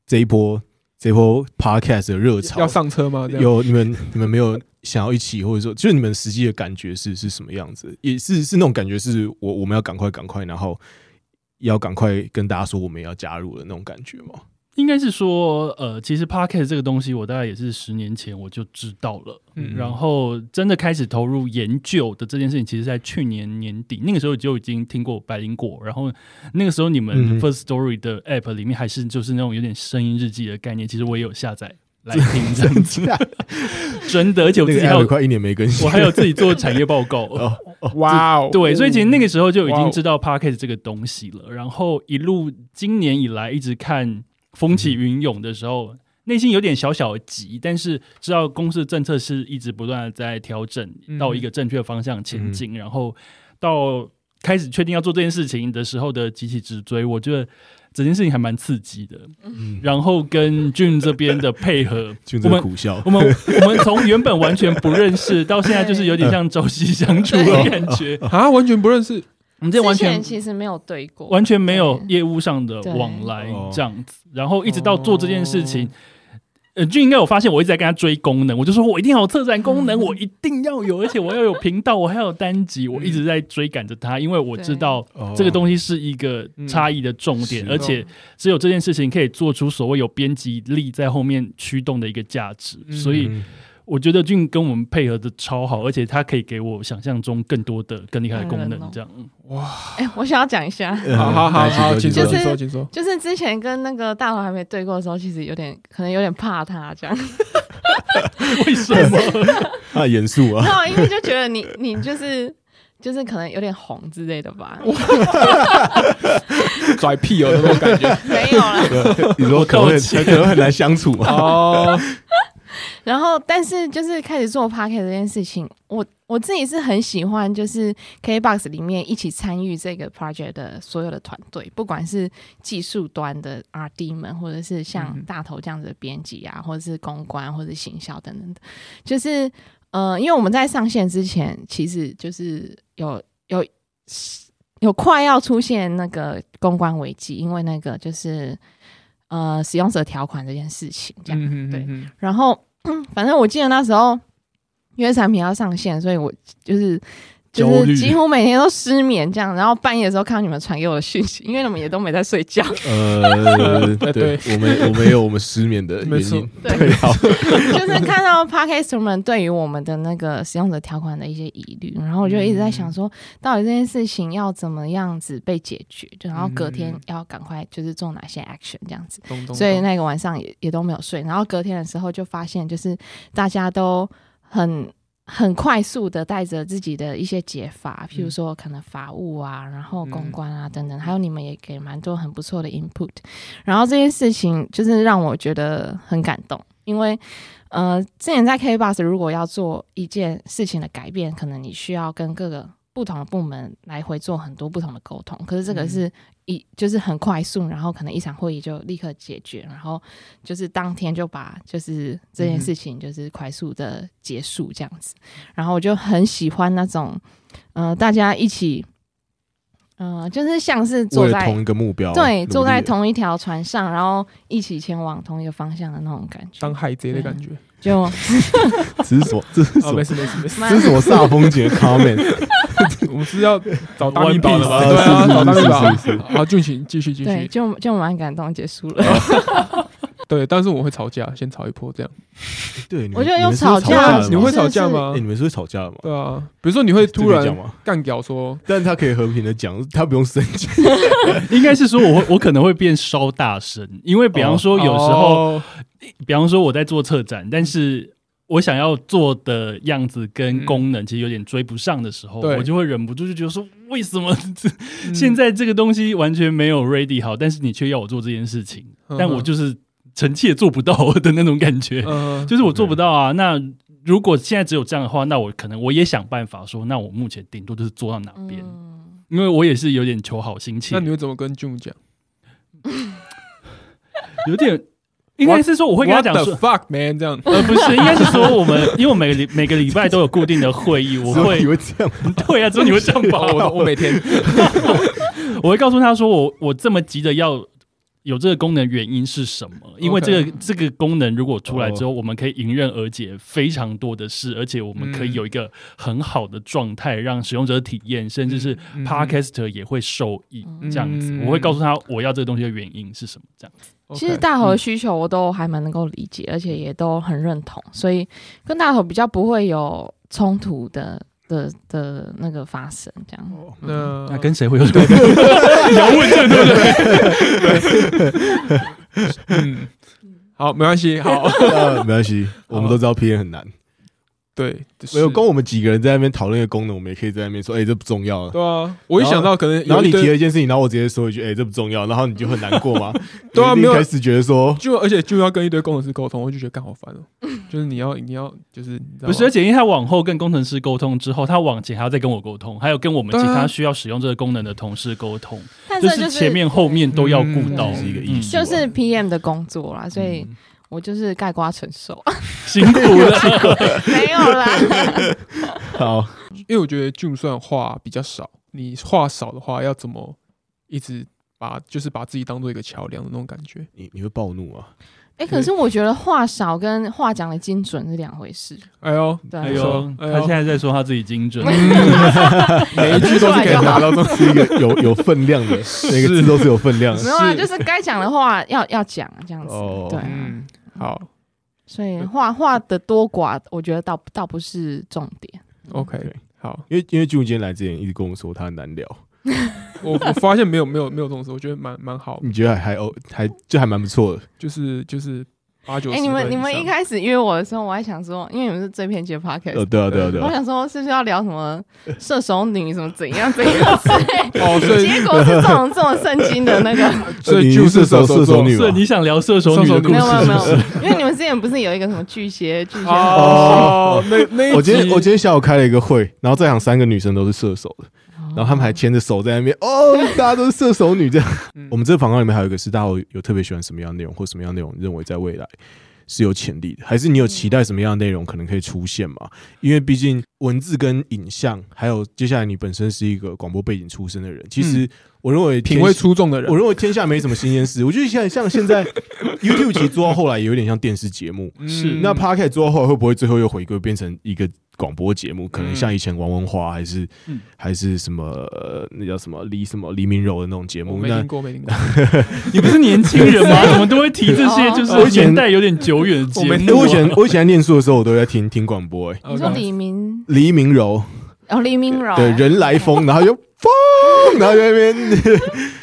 A: 这一波这一波 podcast 的热潮
D: 要上车吗？这样
A: 有你们，你们没有想要一起，或者说，就是你们实际的感觉是是什么样子？也是是那种感觉，是我我们要赶快赶快，然后要赶快跟大家说我们也要加入的那种感觉吗？
B: 应该是说，呃，其实 podcast 这个东西，我大概也是十年前我就知道了，
D: 嗯
B: 然后真的开始投入研究的这件事情，其实在去年年底，那个时候就已经听过百灵果，然后那个时候你
A: 嗯
B: 们 First Story 的 app 里面还是就是那种有点声音日记的概念，其实我也有下载来听
A: [laughs]
B: 这样子，
A: 那个
B: 真的，而且我自己还
A: app
B: 有
A: 快一年没更新，
B: 我还有自己做产业报告，
A: 哦，
D: 哇哦，
B: 对，所以其实那个时候就已
D: 哇哦
B: 经知道 p a r k e t 这个东西了。然后一路今年以来一直看风
D: 嗯
B: 起云涌的时候，内心有点小小的急，但是知道公司的政策是一直不断的在调整
D: 嗯
B: 到一个正确的方向前进，然后到开始确定要做这件事情的时候的集体直追，我觉得整件事情还蛮刺激的。
A: 嗯，
B: 然后跟俊这边的配合
A: 就，
B: 我
A: 这
B: 们
A: 苦笑
B: 我。们我们从原本完全不认识，到现在就是有点像朝夕相处的感觉。
D: 啊，完全不认识，
B: 我们这
C: 之
B: 完全
C: 前其实没有对过，
B: 完全没有
C: 对
B: 业务上的往来
A: 对
B: 这样子，然后一直到做这件事情。呃，俊应该有发现，我一直在跟他追功能，我就说我一定要有策展功能，我一定要有，而且我要有频道，我还要有单集，我一直在追赶着他，因为我知道
A: 哦
B: 这个东西是一个差异的重点，
A: 嗯
B: 而且只有这件事情可以做出所谓有编辑力在后面驱动的一个价值，
D: 嗯
B: 所以
A: 嗯
B: 我觉得俊跟我们配合的超好，而且他可以给我想象中更多的更厉害的功能，这样。 [laughs] 嗯
C: 哎、我想要讲一下，
A: 嗯
D: 好好好
A: 来
D: 好，
A: 请
D: 请
A: 说
D: 说，
A: 请说
C: 就
D: 请
C: 是
D: 说，请
C: [laughs]
D: 说。
C: 就是之前跟那个大头还没对过的时候，其实有点可能有点怕他这样，
B: 为什么？
A: 啊，严肃啊，
C: 然后因为就觉得你你就是就是可能有点红之类的吧，
D: 拽屁哦那种感觉
C: 没有啦。
A: 你说可能
B: 我道
A: 会
B: 歉
A: 可能很难相处啊嘛？
D: 哦，
C: 然后，但是就是开始做 p o c k e t 这件事情，我我自己是很喜欢，就是 KBox 里面一起参与这个 project 的所有的团队，不管是技术端的 RD 们，或者是像
D: 嗯
C: 大头这样子的编辑啊，或者是公关或者是行销等等的，就是呃，因为我们在上线之前，其实就是有有有快要出现那个公关危机，因为那个就是呃使用者条款这件事情，这样、
D: 嗯
C: 对
D: 嗯嗯
C: 然后， [clears throat] 反正我记得那时候因为产品要上线，所以我就是就
B: 焦虑
C: 是几乎每天都失眠这样。然后半夜的时候看到你们传给我的讯息，因为你们也都没在睡
B: [laughs]
C: 觉。
A: 呃，
D: 对
A: 对，我们我们也有我们失眠的
D: 没
A: 原
D: 错
A: 因，
C: 对
A: 对，好，
C: 就是看到 podcast 们对于我们的那个使用者条款的一些疑虑，然后我就一直在想
B: 嗯
C: 说，到底这件事情要怎么样子被解决，就然后隔天
D: 嗯
C: 要赶快就是做哪些 action 这样子。
D: 咚咚咚
C: 所以那个晚上也也都没有睡。然后隔天的时候就发现，就是大家都很很快速的带着自己的一些解法，譬如说可能法务啊，然后公关啊等等，还有你们也给蛮多很不错的 input。然后这件事情就是让我觉得很感动，因为。呃，之前在 KBox 如果要做一件事情的改变，可能你需要跟各个不同的部门来回做很多不同的沟通。可是这个
D: 嗯
C: 是一、就是很快速，然后可能一场会议就立刻解决，然后就是当天就把就是这
A: 嗯
C: 件事情就是快速的结束这样子。然后我就很喜欢那种，呃，大家一起，呃，就是像是坐
A: 为了
C: 在
A: 同一个目标，
C: 对坐在
A: 努力
C: 同一条船上，然后一起前往同一个方向的那种感觉
D: 当，海贼的感觉
A: [laughs]
C: 就
A: 这是什么？这是什
D: 啊，
A: 么
D: 没？事没事没事，
C: 蛮
A: 这是什么煞风景的
C: [laughs]
A: comment？
D: 我们是要找大密宝的
A: One Piece 是
D: 吧？对啊，
A: 是
D: 找大密
A: 是是
D: 宝。好，俊行继续继
C: 对，
D: 续。
B: 哦
C: 就就蛮感动，结束了。
D: 对，但是我会吵架，先吵一波这样。
A: 对，你们
C: 我觉得
A: 你
C: 用
A: 们是
C: 吵
A: 会
D: 对
C: 架
A: 架
D: 啊
A: 的吗，
D: 你会
C: 是
D: 吵架
C: 是
D: 吗
A: 哎，？你们是会吵架的吗？
D: 对啊，比如说你会突
A: 这可以讲
D: 然
A: 吗？
D: 干屌说，
A: 但他可以和平的讲，他不用生
D: [laughs]
A: 气。
B: [laughs] 应该是说我会我可能会变稍大声，因为比方说有时候，
D: 哦
B: 比方说我在做策展，但是我想要做的样子跟
D: 嗯
B: 功能其实有点追不上的时候，
D: 对嗯
B: 我就会忍不住就觉得说，为什么 [laughs] [laughs] 现在这个东西完全没有 ready 好，但是你却要我做这件事情，
D: 嗯
B: 但我就是臣妾做不到的那种感觉，
D: 嗯
B: 就是我做不到啊。那如果现在只有这样的话，那我可能我也想办法说，那我目前顶多就是做到哪边，
C: 嗯，
B: 因为我也是有点求好心切
D: 嗯那，你会怎么跟 June 讲？
B: 有点应该是说我会跟他讲
D: What
B: 说
D: the。fuck man 这样。
B: 呃，不是，应该是说我们，因为我每个礼每个礼拜都有固定的会议，我
A: 只有
B: 会
A: 你会这样吗，
B: 对啊，只有你会这样吧？
D: 哦我
B: [laughs]
D: 我每天
B: 我会告诉他说我，我这么急着要有这个功能，原因是什么？因为这个这个功能如果出来之后，我们可以迎刃而解非常多的事，而且我们可以
D: 嗯
B: 有一个很好的状态，让使用者体验，甚至是
D: 嗯
B: podcaster 也会受益。
C: 嗯
B: 这样子，
D: 嗯
B: 我会告诉他我要这个东西的原因是什么。这样子，
C: 其实大
B: 嗯
C: 头的需求我都还蛮能够理解，而且也都很认同，所以跟大头比较不会有冲突的的的那个发生，这
B: 哦
C: 样。
D: 那
B: 那跟谁会有什么？ [laughs] 你要问这个对不对？
D: 嗯，好，没关系，
B: [laughs]
D: [laughs] 好，
A: 呃没关系，我们都知道 P N 很难。
D: 对，是
A: 没有，跟我们几个人在那边讨论一个功能，我们也可以在那边说，哎，这不重要。
D: 对啊，我一想到可能有一
A: 然后你
D: 堆
A: 提了一件事情，然后我直接说一句，哎，这不重要，然后你就很难过嘛。
D: [laughs] 对啊
A: 你一定
D: 没有
A: 开始觉得说，
D: 就而且就要跟一堆工程师沟通，我就觉得干好烦哦、就是你要你要就是你
A: 啊
D: 知道吗
B: 不是，而且因为他往后跟工程师沟通之后，他往前还要再跟我沟通，还有跟我们其
D: 对
B: 他
D: 啊
B: 需要使用这个功能的同事沟通，
C: 但
B: 就是
C: 就是
B: 前面后面都要顾到，
A: 嗯这是一个
B: 嗯
A: 艺术
C: 就是 PM 的工作啦，所以
B: 嗯
C: 我就是盖瓜
B: [laughs]
C: 承受，
B: [laughs] 辛苦
A: [laughs]
B: 了。
C: 没
B: [laughs]
C: 有啦。
A: 好，
D: 因为我觉得就算话比较少，你话少的话要怎么一直把就是把自己当做一个桥梁的那种感觉？
A: 你你会暴怒
D: [laughs]
A: 啊？
C: 哎，可是我觉得话少跟话讲的精准是两回事，
D: 哎呦，
C: 对啊。
B: 哎
D: 是
B: 呦
D: 啊，哎呦
B: 他现在在说他自己
A: [laughs]
B: 精准，
A: 啊
B: [laughs]
D: 每一句都是可以拿到这
A: 是一个有有分
D: [laughs]
A: 量的，每个字都是有分量
C: 没
A: 的。
C: 有啊，
D: 是
C: 就是该讲的话要要讲啊，这样子
A: 哦，
C: 对啊，
D: 嗯，好
C: 所以话话的多寡，我觉得倒倒不是重点。
D: ，OK，好，
A: 因为因为俊今天来之前一直跟我说他很难聊，
D: 我我发现没有没有没有这种事，我觉得蛮蛮好，
A: 你觉得还还哦还就还蛮不错的。
D: 就是就是八九十
C: 哎，
D: 分
C: 你
D: 以上。，
C: 们你们一开始约我的时候，我还想说，因为你们是最偏激的 podcast，
A: 呃，对啊，对啊，对
C: 我
A: 啊。
C: 想说是不是要聊什么射手女什么怎样怎样之类
D: 哦，所以
C: 结果是这种这种圣经的那个，
D: 所以
A: 你
D: 就是是
A: 射手
D: 手
A: 射手女
B: 所以
A: 嘛？
B: 你想聊射手女的故
C: 没
B: 事
C: 有没有
B: 是 [laughs]
C: 没
B: 不是？
C: 有，因为你们之前不是有一个什么巨蟹巨蟹座，
D: 哦，那那一
A: [laughs]
D: 集
A: 我今天我今天下午开了一个会，然后在场三个女生都是射手的，然后她们还牵着手在那边，哦，大家都是射手女这样。
D: 嗯
A: 我们这个访纲里面还有一个是大家有有特别喜欢什么样的内容，或什么样的内容认为在未来是有潜力的，还是你有期待什么样的内容可能可以出现嘛？因为毕竟文字跟影像，还有接下来你本身是一个广播背景出身的人，其实我认为天
D: 嗯品味出众的人
A: 我，认为天下没什么新鲜
D: [laughs]
A: 事。我觉得像像现在 YouTube 其实做到后来也有点像电视节目，
D: 嗯
B: 是
A: 那 Podcast 做到后来会不会最后又回归变成一个广播节
D: 嗯
A: 目？可能像以前王文华还是、
B: 嗯
A: 还是什么、呃那叫什么李什么黎明柔的那种节
D: 我
A: 目？
D: 没
A: 那
D: 听过，没听过。
B: 你不是年轻人吗？
A: [laughs]
B: 怎么都会提这些
C: 哦
B: 就是
A: 我以前
B: 年代有点久远的节
A: 哎
B: 目啊？
A: 我以前我以前在念书的时候，我都在听听广播、哎，
C: 你说李明
A: 黎明柔
C: 哦黎明柔
A: 对人来
C: [laughs]
A: 疯，然后就 [laughs] 疯，然后就在那
D: [laughs]
A: 边，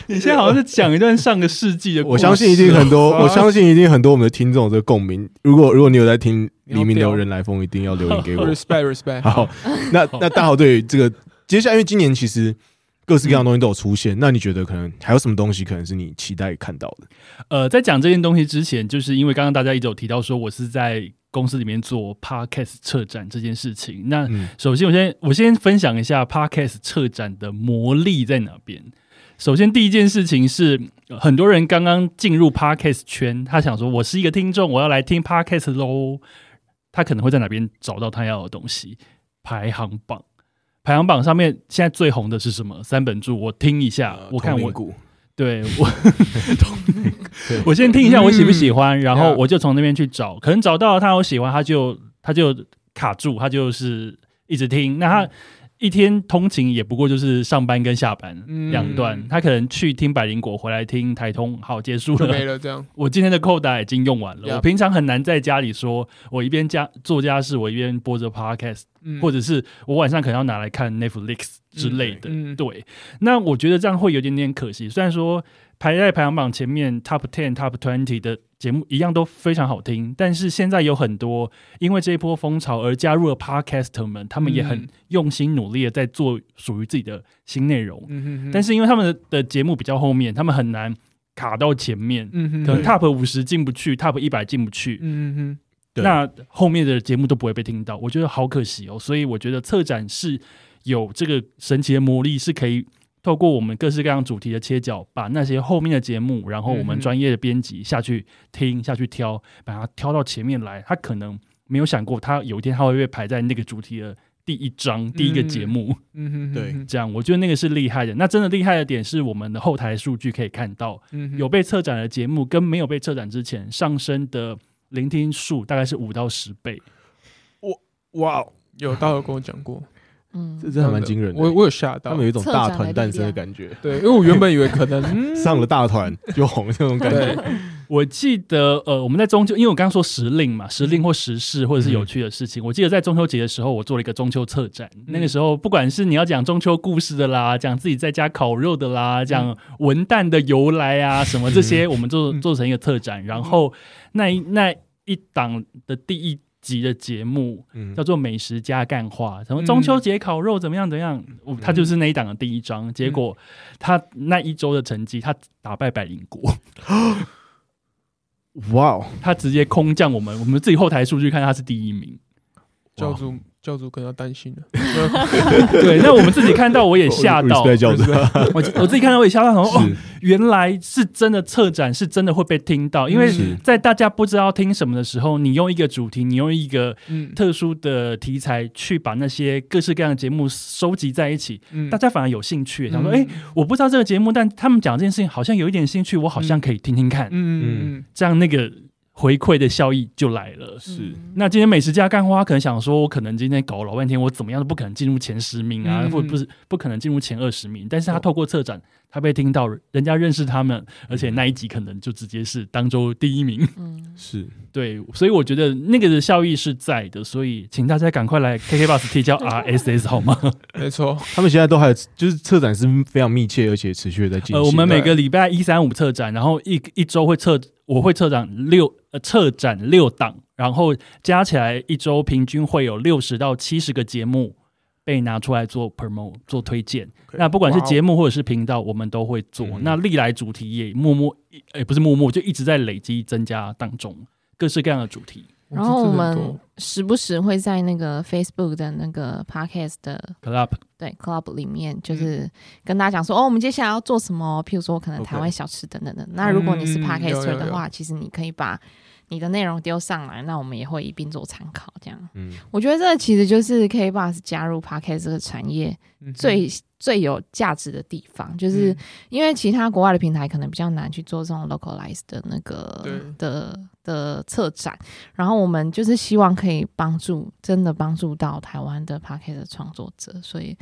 B: 你现在好像是讲一段上个世纪的故事，
A: 我相信一定很多，我相信一定很多我们的听众有这个共鸣。如果如果你有在听黎明柔人来疯，一定要留言
D: [laughs]
A: 给我。
D: respect
A: [laughs]
D: respect，
A: 好，那那大豪对于这个接下来，因为今年其实各式各样的东西都有出现，那你觉得可能还有什么东西可能是你期待看到的？
B: 呃，在讲这件东西之前，就是因为刚刚大家一直有提到说我是在公司里面做 podcast 策展这件事情。那
A: 嗯，
B: 首先，我先我先分享一下 podcast 策展的魔力在哪边。首先，第一件事情是，呃很多人刚刚进入 podcast 圈，他想说，我是一个听众，我要来听 podcast 喽。他可能会在哪边找到他要的东西？排行榜，排行榜上面现在最红的是什么？三本柱，我听一下，啊我看
A: 通灵
B: 我
A: 谷
B: 对我，
D: [laughs]
B: 我先听一下我喜不喜欢，然后
D: Yeah
B: 我就从那边去找，可
D: 嗯
B: 能找到他我喜欢，他就他就卡住，他就是一直听。那他一天通勤也不过就是上班跟下班
D: 嗯
B: 两段，他可能去听百灵果，回来听台通，好结束
D: 就没
B: 了。
D: 了这样。
B: 我今天的扣打已经用完了。
D: Yup
B: 我平常很难在家里说，我一边家做家事，我一边播着 podcast，
D: 嗯
B: 或者是我晚上可能要拿来看 Netflix 之类的。
D: 嗯嗯
B: 对，那我觉得这样会有点点可惜。虽然说排在排行榜前面 top ten、top twenty 的节目一样都非常好听，但是现在有很多因为这一波风潮而加入了 podcaster 们，他们也很
D: 嗯
B: 用心努力的在做属于自己的新内容。
D: 嗯哼哼
B: 但是因为他们的的节目比较后面，他们很难卡到前面，
D: 嗯哼
B: 可能
D: 哼
B: top 五十进不去，top 一百进不去。
D: 嗯哼
A: 对
B: 那后面的节目都不会被听到，我觉得好可惜哦。所以我觉得策展是有这个神奇的魔力，是可以透过我们各式各样主题的切角，把那些后面的节目，然后我
D: 嗯
B: 们
D: 哼
B: 专业的编辑下去听、下去挑，把它挑到前面来。他可能没有想过，他有一天他会被排在那个主题的第一章、第一个节目。
D: 嗯哼哼，
A: 对
B: 这样，我觉得那个是厉害的。那真的厉害的点是，我们的后台数据可以看到，
D: 嗯哼
B: 有被策展的节目跟没有被策展之前上升的聆听数大概是五到十倍。
A: 哇，
D: 有，大有跟我讲过，
C: 嗯
A: 这，真的还蛮惊人的。
D: 我我有吓
A: 他
D: 到
A: 们，有一种大
C: 策展
A: 团
C: 的
A: 诞
C: 力
A: 生的
C: 量
A: 感觉，
D: 对，因为我原本以为可能嗯
A: 上了大团就红那种感觉。
D: 对，
B: 我记得，呃，我们在中秋，因为我刚刚说时令嘛，时令或时事或者
D: 嗯
B: 是有趣的事情，我记得在中秋节的时候，我做了一个中秋策展。
D: 嗯
B: 那个时候，不管是你要讲中秋故事的啦，讲自己在家烤肉的啦，讲文旦的由来啊什么这些，我们做
D: 嗯
B: 做成一个策展。然后那一那一档的第一集的节目，
A: 嗯
B: 叫做美食加干话，什么中秋节烤肉怎么样怎么样，我他就是那一档的第一章，结果他那一周的成绩，他打败百灵国， [laughs]
A: 哇哦，
B: 他直接空降我们，我们自己后台数据看他是第一名，
D: 教主教主可能要担心了，
B: 对，那我们自己看到我也吓
A: [laughs]
B: 到，
A: 在叫
D: [laughs] 不是
A: 他，
B: 我我自己看到我也吓到，想说哦
A: 是，
B: 原来是真的策展是真的会被听到，因为
A: 是
B: 在大家不知道听什么的时候，你用一个主题，你用一个
D: 嗯
B: 特殊的题材去把那些各式各样的节目收集在一起，
D: 嗯
B: 大家反而有兴趣，想说
D: 嗯
B: 哎。诶我不知道这个节目，但他们讲这件事情好像有一点兴趣，我好像可以听听看，
D: 嗯嗯
B: 这样那个回馈的效益就来了。
A: 是
C: 嗯
B: 那今天美食家干花可能想说，我可能今天搞了老半天，我怎么样都不可能进入前十名啊，
D: 嗯
B: 或不是不可能进入前二十名。但是他透过策展，他被听到，人家认识他们，而且那一集可能就直接是当周第一名。 [laughs]
C: 嗯，
A: [laughs] 是
B: 对，所以我觉得那个的效益是在的，所以请大家赶快来 KKBox 提交 RSS 好吗？
D: 嗯，没错，
A: 他们现在都还有就是策展是非常密切而且持续的在进行。
B: 呃，我们每个礼拜一、三、五策展，然后一一周会策，我会策展六呃策展六档，然后加起来一周平均会有六十到七十个节目被拿出来做 promo 做推荐。
A: OK，
B: 那不管是
D: 哇哦
B: 节目或者是频道，我们都会做。
A: 嗯
B: 那历来主题也默默也不是默默，就一直在累积增加当中，各式各样的主题，
C: 然后我
D: 真的很
C: 们
D: 多
C: 时不时会在那个 Facebook 的那个 Podcast 的
B: club
C: 对 Club 里面，
D: 嗯
C: 就是跟大家讲说，哦，我们接下来要做什么？譬如说，可能
A: OK
C: 台湾小吃等等的。那如果你是
D: 嗯
C: Podcaster
D: 有有
C: 的话，其实你可以把你的内容丢上来，那我们也会一并做参考。这样，
A: 嗯，
C: 我觉得这其实就是 K Bus 加入 Podcast 这个产业
D: 嗯
C: 最、最有价值的地方，就是
D: 嗯
C: 因为其他国外的平台可能比较难去做这种 localized 的那个
D: 对
C: 的的策展，然后我们就是希望可以帮助，真的帮助到台湾的 p a c k e t 创作者，所以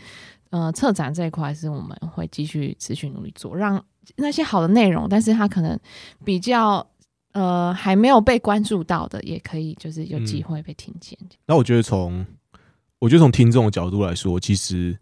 C: 呃，策展这一块是我们会继续持续努力做，让那些好的内容，但是它可能比较。呃，还没有被关注到的，也可以就是有机
A: 嗯
C: 会被听见。
A: 那我觉得从我觉得从听众的角度来说，其实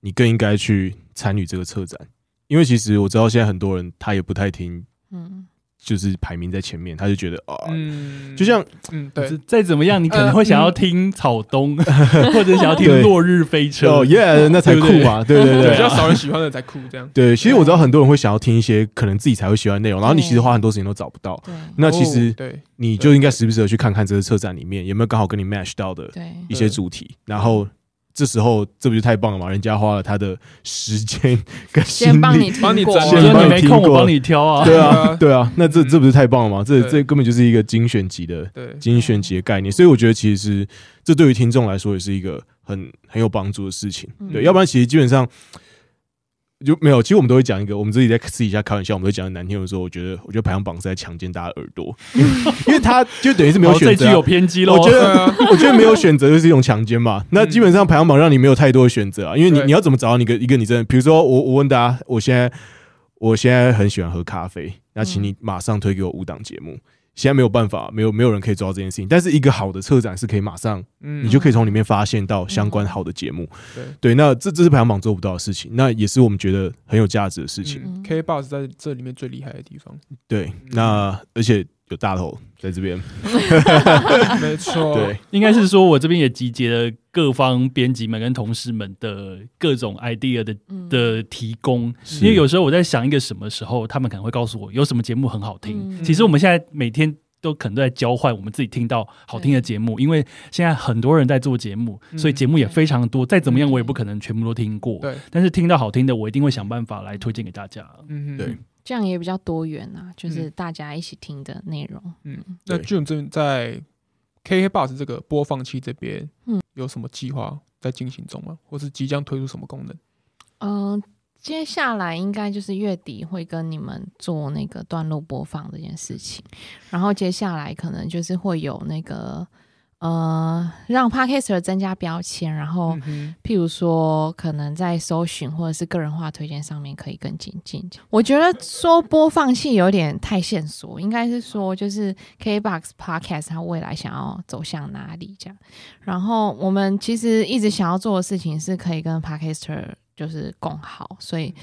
A: 你更应该去参与这个策展，因为其实我知道现在很多人他也不太听，
C: 嗯，
A: 就是排名在前面，他就觉得啊，
D: 嗯
A: 就像
D: 嗯对
B: 就是再怎么样，你可能会想要听草东， [laughs] 或者想要听
A: 对
B: 落日飞车。
A: 哦耶，那才
B: 对不
A: 酷
B: 对
A: 嘛，对对
D: [laughs] 比
A: 对
D: 较。少人喜欢的才酷这样，
A: [laughs] 对，其实我知道很多人会想要听一些可能自己才会喜欢的内容，然后你
C: 对
A: 其实花很多时间都找不到。
C: 对
A: 那其实
D: 哦对
A: 你就应该时不时的去看看这个车站里面有没有刚好跟你 match 到的
C: 对，
A: 一些主题，然后这时候这不就太棒了嘛？人家花了他的时间跟心
C: 先帮你
A: 力，
C: 听
D: 帮你
C: 过
D: 展
B: 我
A: 现
B: 觉得
A: 帮
B: 你
A: 你
B: 没
A: 听
B: 空，我
A: 过
B: 帮你挑啊。
A: 对
D: 对
A: 啊
D: 啊，
A: 对啊，那这
D: 嗯
A: 这不是太棒了吗？这
D: 对
A: 这根本就是一个精选集的
D: 对
A: 精选集的概念，所以我觉得其实这对于听众来说也是一个很很有帮助的事情。
C: 嗯
A: 对，要不然其实基本上就没有，其实我们都会讲一个，我们自己在私底下开玩笑，我们都会讲很难听的说，我觉得，我觉得排行榜是在强奸大家耳朵， [laughs] 因为他就等于是没有
B: 好
A: 选
B: 哦这
A: 择
B: 句
A: 啊、
B: 有偏激喽。
A: 我觉
D: 对
A: 得
D: 啊， [laughs]
A: 我觉得没有选择就是一种强奸嘛。那基本上排行榜让你没有太多的选择啊，因为你
D: 对嗯
A: 你要怎么找到你个一个你真的，比如说我我问大家，我现在我现在很喜欢喝咖啡，那请你马上推给我五档节目。现在没有办法，没有没有人可以做到这件事情。但是一个好的策展是可以马上，
D: 嗯
A: 你就可以从里面发现到相关好的节目。
D: 对
A: 对，那这这是排行榜做不到的事情，
D: 嗯
A: 那也是我们觉得很有价值的事情。
C: 嗯
D: K Box 在这里面最厉害的地方，
A: 对，那而且有大头在这边，
D: 没错，
A: 对，
B: [laughs] 应该是说我这边也集结了各方编辑们跟同事们的各种 idea 的
C: 嗯
B: 的提供，
A: 是
B: 因为有时候我在想一个什么时候，他们可能会告诉我有什么节目很好听。
C: 嗯
B: 其实我们现在每天都可能都在交换我们自己听到好听的节目，因为现在很多人在做节目，
D: 嗯
B: 所以节目也非常多。再怎么样，我也不可能全部都听过。
D: 对，
B: 但是听到好听的，我一定会想办法来推荐给大家。
D: 嗯
A: 对。
C: 这样也比较多元啊，就是大家一起听的内容。
D: 那
A: 对
D: June 这在 KK Box 这个播放器这边，
C: 嗯
D: 有什么计划在进行中吗？或是即将推出什么功能？
C: 嗯、接下来应该就是月底会跟你们做那个段落播放这件事情，然后接下来可能就是会有那个呃，让 podcaster 增加标签，然后、
D: 嗯
C: 譬如说，可能在搜寻或者是个人化推荐上面可以更精进。我觉得说播放器有点太线索，应该是说就是 KBox Podcast 它未来想要走向哪里这样。然后我们其实一直想要做的事情是可以跟 Podcaster 就是共好，所以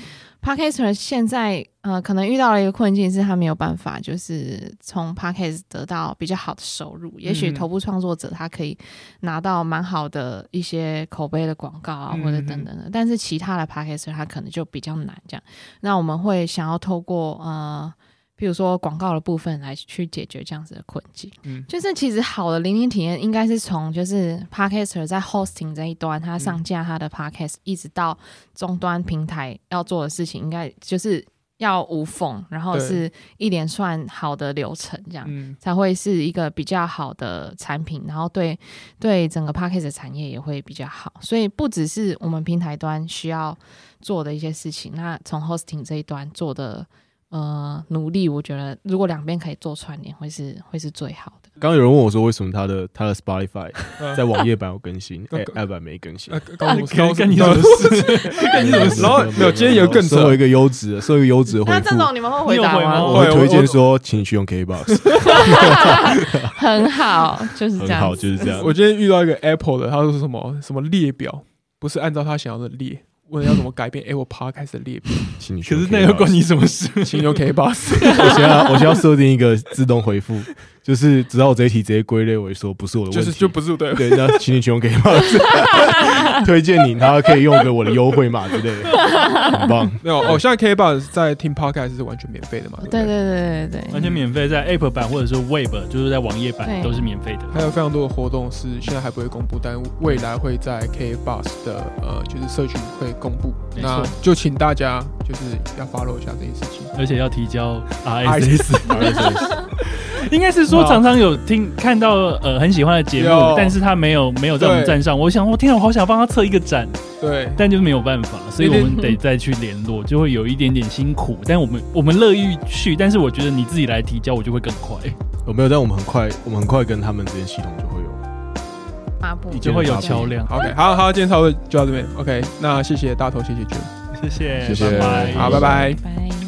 C: Podcaster 现在呃可能遇到了一个困境是他没有办法就是从 Podcast 得到比较好的收入，也许
D: 嗯
C: 头部创作者他可以拿到蛮好的一些口碑的广告啊，
D: 嗯
C: 或者等等的。但是其他的 p a c k a g e 它可能就比较难这样。那我们会想要透过呃，比如说广告的部分来去解决这样子的困境。
D: 嗯
C: 就是其实好的聆听体验应该是从就是 p a c k a g e 在 hosting 这一端，它上架它
D: 嗯
C: 的 p a c k a g e 一直到终端平台要做的事情，应该就是要无缝，然后
D: 对
C: 是一连串好的流程这样。
D: 嗯，
C: 才会是一个比较好的产品，然后对对整个 p a c k a g e 产业也会比较好。所以不只是我们平台端需要做的一些事情，那从 hosting 这一端做的呃努力，我觉得如果两边可以做串联，会是会是最好的。
A: 刚刚有人问我说，为什么他的他的 Spotify
D: 嗯
A: 在网页版有更新，
D: 嗯
A: 哎，App 版没更新哎
D: 呃，？刚我
B: 跟跟你
D: 说
B: 什么，事？
D: 跟你什么事？然后没有，今天有更
A: 身为
D: 扯
A: 一，个优质的，身为一个优质的回
C: 那
A: 复
C: 这，种你们会回答
B: 你有回吗
C: 吗？
A: 我会推荐说，请你去用
C: [laughs]
A: KBox，
C: 很好，就是这
A: 很
C: 样
A: 好，
C: 子。
A: 就是这样。
D: 我今天遇到一个 Apple 的，他说什么什么列表，不是按照他想要的列，问要怎么改变 Apple Podcast 的列表，
A: 请你去
B: 可
A: 用 KBox。
B: 是
C: [laughs]
B: 那又关你什么事？
D: 请用 K Box。
A: 我先要我先要设定一个自动回复，就是只要我这一题直接归类为说不是我的
D: 就
A: 问
D: 是
A: 题，
D: 就不是对，
A: 对，那请你去用
C: [laughs]
A: KBox，推荐你，然后可以用个我的优惠码之类的，很棒。
D: 没有哦。现在 K Box 在听 Podcast 是完全免费的嘛？对不
C: 对
D: 对。
C: 对对对对
B: 完全免费，在 App 版或者是 Web，就是在网页版
C: 对
B: 都是免费的。
D: 还有非常多的活动是现在还不会公布，但未来会在 K Bus 的呃，就是社群会公布。
B: 没错
D: 那就请大家就是要 follow 一下这件事情。
B: 而且要提
D: [laughs]
B: 交 RSS，
A: RSS
B: 应该是说常常有听看到呃很喜欢的节目
D: 有，
B: 但是他没有没有在我们
D: 对
B: 站上。我想，我天啊，我好想帮他测一个展，
D: 对，
B: 但就是没有办法，所以我们得再去联
D: [laughs]
B: 络，就会有一点点辛苦。但我们我们乐意去，但是我觉得你自己来提交，我就会更快，
A: 有哦没有？但我们很快，我们很快跟他们之间系统就会有。
C: 发布
A: 已经
B: 就会有桥梁。
D: OK，好好，今天差不多就到这边。OK，那谢谢大头，谢谢君，
B: 谢谢，
A: 谢谢
B: 拜拜，
D: 好，拜拜。
C: 拜。